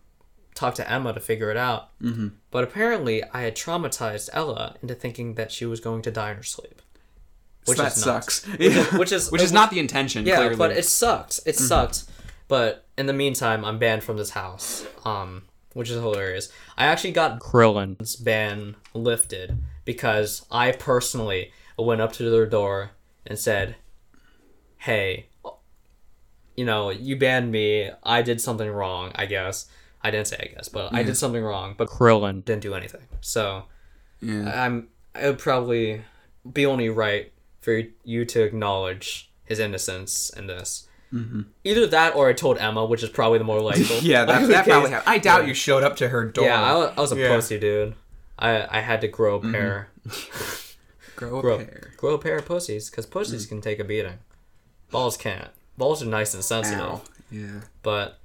[SPEAKER 2] talk to Emma to figure it out. Mm-hmm. But apparently, I had traumatized Ella into thinking that she was going to die in her sleep.
[SPEAKER 1] which
[SPEAKER 2] is
[SPEAKER 1] that
[SPEAKER 2] nuts.
[SPEAKER 1] sucks.
[SPEAKER 2] which is-
[SPEAKER 1] which is not the intention.
[SPEAKER 2] Yeah,
[SPEAKER 1] clearly.
[SPEAKER 2] but it sucked. It
[SPEAKER 3] Mm-hmm.
[SPEAKER 2] sucked. But in the meantime, I'm banned from this house, um, which is hilarious. I actually got
[SPEAKER 3] Krillin,
[SPEAKER 2] this ban lifted because I personally went up to their door and said, "Hey, you know, you banned me. I did something wrong. I guess I didn't say I guess, but I did something wrong, but
[SPEAKER 3] Mm. Krillin,
[SPEAKER 2] didn't do anything." So
[SPEAKER 1] yeah.
[SPEAKER 2] I'm. It would probably be only right for you to acknowledge his innocence in this. Mm-hmm. Either that, or I told Emma, which is probably the more likely.
[SPEAKER 1] yeah, that,
[SPEAKER 2] likely
[SPEAKER 1] that probably
[SPEAKER 2] case.
[SPEAKER 1] happened. I doubt you showed up to her door.
[SPEAKER 2] Yeah, I, wa- I was a
[SPEAKER 1] Yeah.
[SPEAKER 2] pussy, dude. I I had to grow a pair,
[SPEAKER 1] grow a
[SPEAKER 2] grow
[SPEAKER 1] Mm-hmm. pair. Mm.
[SPEAKER 2] grow a pair of pussies, because pussies can take a beating. Balls can't. Balls are nice and sensitive,
[SPEAKER 1] Ow. Yeah.
[SPEAKER 2] but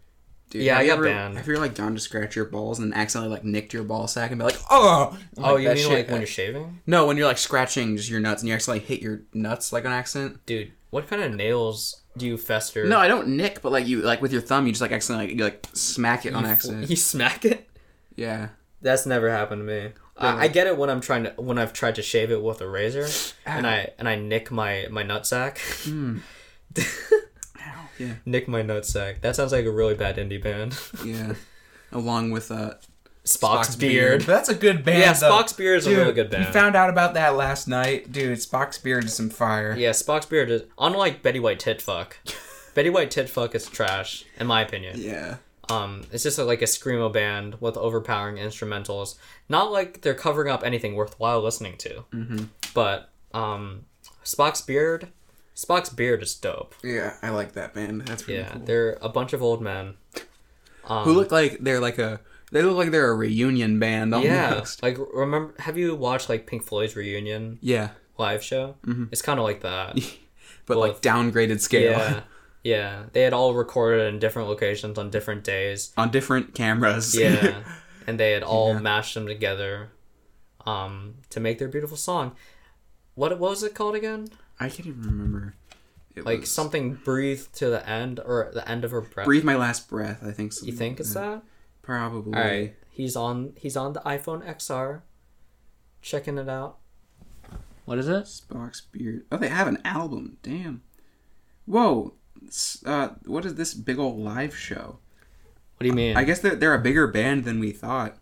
[SPEAKER 1] Dude,
[SPEAKER 2] Yeah,
[SPEAKER 1] have
[SPEAKER 2] I
[SPEAKER 1] you
[SPEAKER 2] got
[SPEAKER 1] ever,
[SPEAKER 2] banned.
[SPEAKER 1] Have you ever like gone to scratch your balls and accidentally like nicked your ball sack and be like, oh,
[SPEAKER 2] oh, you
[SPEAKER 1] that
[SPEAKER 2] mean
[SPEAKER 1] shit- uh,
[SPEAKER 2] like when you're shaving,
[SPEAKER 1] no, when you're like scratching just your nuts and you accidentally hit your nuts like on accident.
[SPEAKER 2] dude? What kind of nails do you fester?
[SPEAKER 1] No, I don't nick, but like you like with your thumb, you just like accidentally like, you, like smack it on accident.
[SPEAKER 2] you smack it.
[SPEAKER 1] yeah.
[SPEAKER 2] That's never happened to me. I, I get it when I'm trying to when I've tried to shave it with a razor and I and I nick my my nutsack. Hmm.
[SPEAKER 1] Yeah.
[SPEAKER 2] nick my nutsack. That sounds like a really bad indie band.
[SPEAKER 1] Yeah. Along with uh,
[SPEAKER 2] Spock's, beard.
[SPEAKER 1] That's a good band.
[SPEAKER 2] Yeah,
[SPEAKER 1] though.
[SPEAKER 2] Spock's beard is a
[SPEAKER 1] Dude,
[SPEAKER 2] really good band.
[SPEAKER 1] We found out about that last night, dude. Spock's beard is some fire.
[SPEAKER 2] yeah, Spock's beard is unlike Betty White titfuck. Betty White titfuck is trash in my opinion.
[SPEAKER 1] Yeah.
[SPEAKER 2] Um, it's just like a screamo band with overpowering instrumentals. Not like they're covering up anything worthwhile listening to. Mm-hmm. But um, Spock's beard, Spock's beard is dope.
[SPEAKER 1] Yeah, I like that band. That's really
[SPEAKER 2] Yeah,
[SPEAKER 1] cool.
[SPEAKER 2] they're a bunch of old men.
[SPEAKER 1] Who look like they're like a they look like they're a reunion band
[SPEAKER 2] Yeah,
[SPEAKER 1] almost.
[SPEAKER 2] like remember? Have you watched like Pink Floyd's reunion
[SPEAKER 1] Yeah.
[SPEAKER 2] live show? Mm-hmm. It's kind of like that.
[SPEAKER 1] But like downgraded scale.
[SPEAKER 2] yeah, yeah. They had all recorded in different locations on different days.
[SPEAKER 1] On different cameras.
[SPEAKER 2] Yeah, and they had all mashed them together, um, to make their beautiful song. What what was it called again?
[SPEAKER 1] I can't even remember. It
[SPEAKER 2] Like
[SPEAKER 1] was-
[SPEAKER 2] something breathe to the end or the end of her breath.
[SPEAKER 1] Uh, Breathe Mm-hmm. My Last Breath, I think so.
[SPEAKER 2] You think it's that?
[SPEAKER 1] Probably.
[SPEAKER 2] All right. He's on. He's on the iPhone XR. Checking it out. What is it?
[SPEAKER 1] Spock's beard. Oh, they have an album. Damn. Whoa. S- Uh, what is this big old live show?
[SPEAKER 2] What do you mean?
[SPEAKER 1] I guess they're, they're a bigger band than we thought.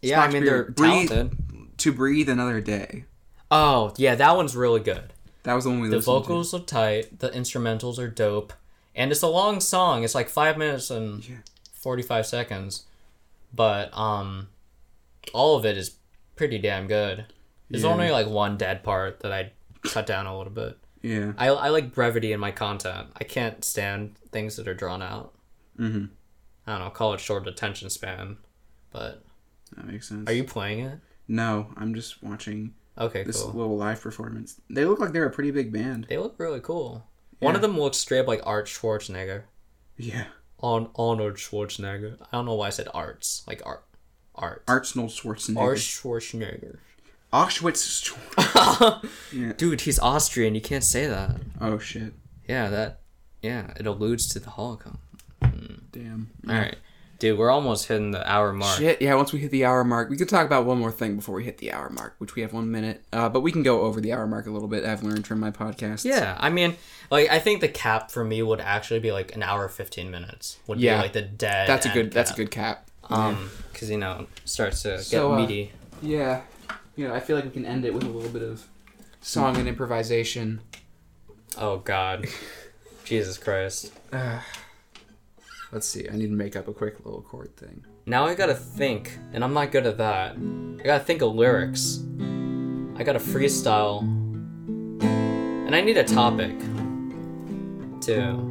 [SPEAKER 2] yeah, I
[SPEAKER 1] Spock's
[SPEAKER 2] mean they're
[SPEAKER 1] beard. Breathe.
[SPEAKER 2] talented.
[SPEAKER 1] To Breathe Another Day.
[SPEAKER 2] Oh yeah, that one's really good.
[SPEAKER 1] That was the one we
[SPEAKER 2] The
[SPEAKER 1] listened
[SPEAKER 2] vocals are tight. The instrumentals are dope, and it's a long song. It's like five minutes and
[SPEAKER 1] Yeah.
[SPEAKER 2] forty-five seconds, but um, all of it is pretty damn good. There's
[SPEAKER 1] Yeah.
[SPEAKER 2] only like one dead part that I cut down a little bit.
[SPEAKER 1] to. Yeah.
[SPEAKER 2] I, I like brevity in my content. I can't stand things that are drawn out.
[SPEAKER 1] Mhm.
[SPEAKER 2] I don't know, call it short attention span. But
[SPEAKER 1] That makes sense.
[SPEAKER 2] are you playing it?
[SPEAKER 1] No, I'm just watching
[SPEAKER 2] Okay,
[SPEAKER 1] this
[SPEAKER 2] cool.
[SPEAKER 1] little live performance. They look like they're a pretty big band.
[SPEAKER 2] They look really cool. One
[SPEAKER 1] Yeah.
[SPEAKER 2] of them looks straight up like Art Schwarzenegger.
[SPEAKER 1] Yeah.
[SPEAKER 2] On Arnold Schwarzenegger. I don't know why I said arts. Like art. Art.
[SPEAKER 1] Arnold Schwarzenegger.
[SPEAKER 2] Art Schwarzenegger.
[SPEAKER 1] Auschwitz. Schwar-
[SPEAKER 2] Dude, he's Austrian. You can't say that.
[SPEAKER 1] oh shit.
[SPEAKER 2] Yeah, that. Yeah, it alludes to the Holocaust.
[SPEAKER 1] Damn.
[SPEAKER 2] All right. Dude, we're almost hitting the hour mark.
[SPEAKER 1] Shit. Yeah. Once we hit the hour mark, we could talk about one more thing before we hit the hour mark, which we have one minute. Uh, but we can go over the hour mark a little bit. I've learned from my podcast.
[SPEAKER 2] Yeah, I mean, like I think the cap for me would actually be like an hour fifteen minutes. Would
[SPEAKER 1] Yeah.
[SPEAKER 2] be like the dead.
[SPEAKER 1] That's a
[SPEAKER 2] end
[SPEAKER 1] good. That's a
[SPEAKER 2] cap.
[SPEAKER 1] good cap.
[SPEAKER 2] Um, because you know it starts to
[SPEAKER 1] So,
[SPEAKER 2] get
[SPEAKER 1] uh,
[SPEAKER 2] meaty.
[SPEAKER 1] Yeah. You know, I feel like we can end it with a little bit of song and improvisation.
[SPEAKER 2] Oh God, Jesus Christ!
[SPEAKER 1] Let's see. I need to make up a quick little chord thing.
[SPEAKER 2] Now I gotta think, and I'm not good at that. I gotta think of lyrics. I gotta freestyle, and I need a topic too.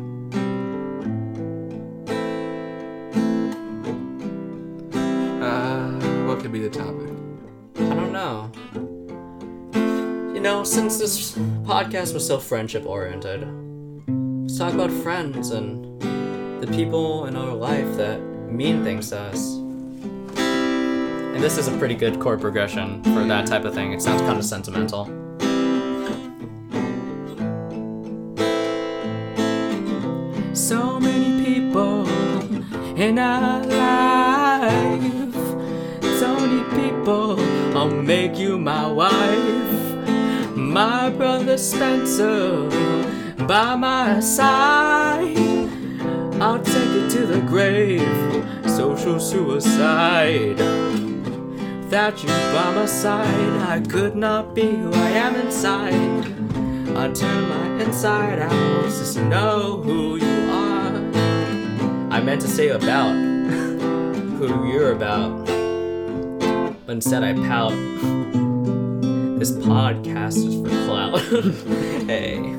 [SPEAKER 1] Uh, what could be the topic?
[SPEAKER 2] I don't know. You You know, since this podcast was so friendship oriented, let's talk about friends and the people in our life that mean things to us. And this is a pretty good chord progression for that type of thing. It sounds kind of sentimental. So many people in our life. So many people, I'll make you my wife. My brother Spencer by my side. I'll take you to the grave. Social suicide. Without you by my side, I could not be who I am inside. I turn my inside out just to know who you are. I meant to say about who you're about, but instead I pout. This podcast is for clout. hey.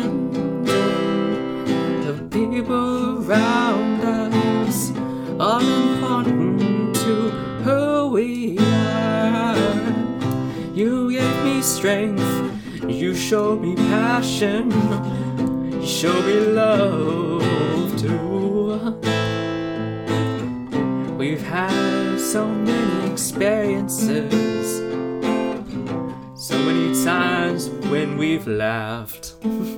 [SPEAKER 2] Friends the people around us are important to who we are. You gave me strength, you showed me passion, you showed me love too. We've had so many experiences, so many times when we've laughed.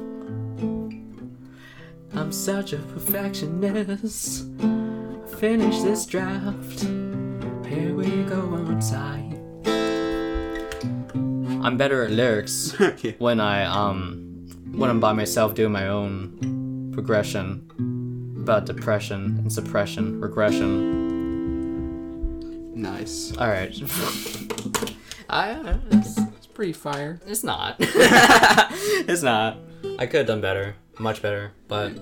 [SPEAKER 2] I'm such a perfectionist. Finish this draft. Here we go on time. I'm better at lyrics
[SPEAKER 1] Yeah.
[SPEAKER 2] when I um when I'm by myself doing my own progression about depression and suppression, regression.
[SPEAKER 1] Nice.
[SPEAKER 2] All right. I it's,
[SPEAKER 1] It's pretty fire.
[SPEAKER 2] it's not. it's not. I could have done better, much better, but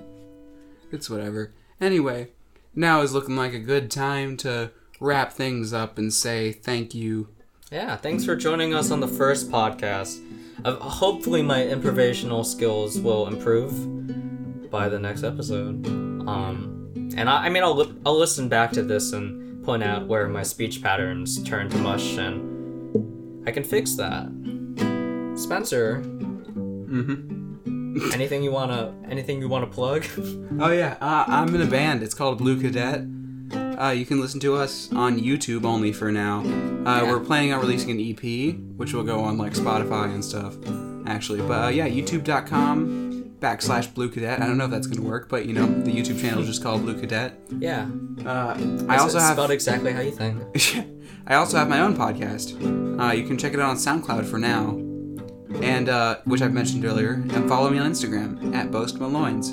[SPEAKER 1] It's whatever. Anyway, now is looking like a good time to wrap things up and say thank you.
[SPEAKER 2] Yeah, thanks for joining us on the first podcast. Uh, hopefully, my improvisational skills will improve by the next episode. Um, and I, I mean, I'll, li- I'll listen back to this and point out where my speech patterns turn to mush, and I can fix that. Spencer. Mm-hmm.
[SPEAKER 1] Mm-hmm.
[SPEAKER 2] anything you wanna, anything you wanna plug?
[SPEAKER 1] Oh yeah, uh, I'm in a band. It's called Blue Cadet. Uh, you can listen to us on YouTube only for now. Uh, We're planning on releasing an EP, which will go on like Spotify and stuff, actually. But uh, yeah, YouTube.com backslash Blue Cadet. I don't know if that's gonna work, but you know the YouTube channel is just called Blue Cadet.
[SPEAKER 2] Yeah,
[SPEAKER 1] Uh, I
[SPEAKER 2] It's-
[SPEAKER 1] also
[SPEAKER 2] it's
[SPEAKER 1] have
[SPEAKER 2] spelled exactly how you think.
[SPEAKER 1] I also have my own podcast. Uh, you can check it out on SoundCloud for now, and uh, which I've mentioned earlier. And follow me on Instagram at Boast Maloines.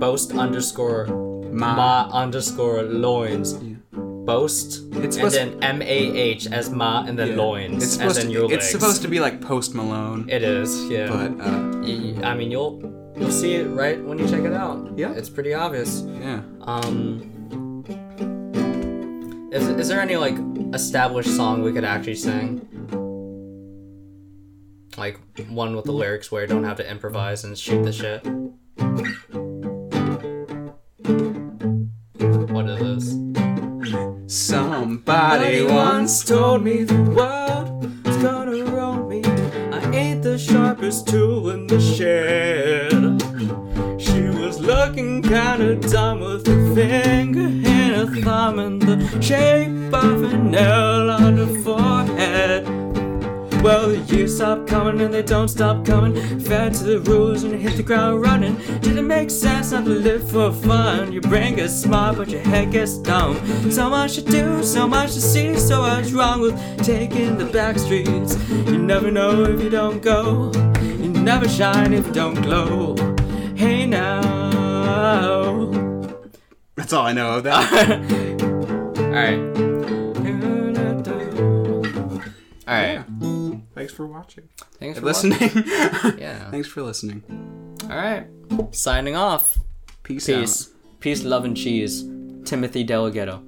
[SPEAKER 2] Boast underscore
[SPEAKER 1] Ma,
[SPEAKER 2] ma underscore loins. Boast. and
[SPEAKER 1] It's supposed-
[SPEAKER 2] then M A H as ma and then
[SPEAKER 1] Yeah.
[SPEAKER 2] loins
[SPEAKER 1] It's supposed
[SPEAKER 2] as in
[SPEAKER 1] to.
[SPEAKER 2] your legs.
[SPEAKER 1] It's supposed to be like Post Malone,
[SPEAKER 2] It is. Yeah.
[SPEAKER 1] but uh,
[SPEAKER 2] Y- y- I mean, you'll you'll see it right when you check it out.
[SPEAKER 1] Yeah.
[SPEAKER 2] It's pretty obvious.
[SPEAKER 1] yeah.
[SPEAKER 2] Um. Is, is there any like established song we could actually sing? Like one with the lyrics where you don't have to improvise and shoot the shit. What is this?
[SPEAKER 1] Somebody
[SPEAKER 2] Nobody
[SPEAKER 1] once.
[SPEAKER 2] once told me the world is gonna roll me. I ain't the sharpest tool in the shed. She was looking kinda dumb with her finger and her thumb in the shape of an L on her forehead. Well, the years stop coming and they don't stop coming. Fed to the rules and hit the ground running. Did it make sense not to live for fun? Your brain gets smart, but your head gets dumb. So much to do, so much to see, so much wrong with taking the back streets. You never know if you don't go. You never shine if you don't glow. Hey now.
[SPEAKER 1] That's all I know of that.
[SPEAKER 2] Alright. Alright.
[SPEAKER 1] Thanks for watching.
[SPEAKER 2] Thanks for
[SPEAKER 1] Listening.
[SPEAKER 2] Yeah.
[SPEAKER 1] Thanks for listening.
[SPEAKER 2] Alright. Signing off.
[SPEAKER 1] Peace.
[SPEAKER 2] Peace.
[SPEAKER 1] out.
[SPEAKER 2] Peace, love, and cheese. Timothy Delgado.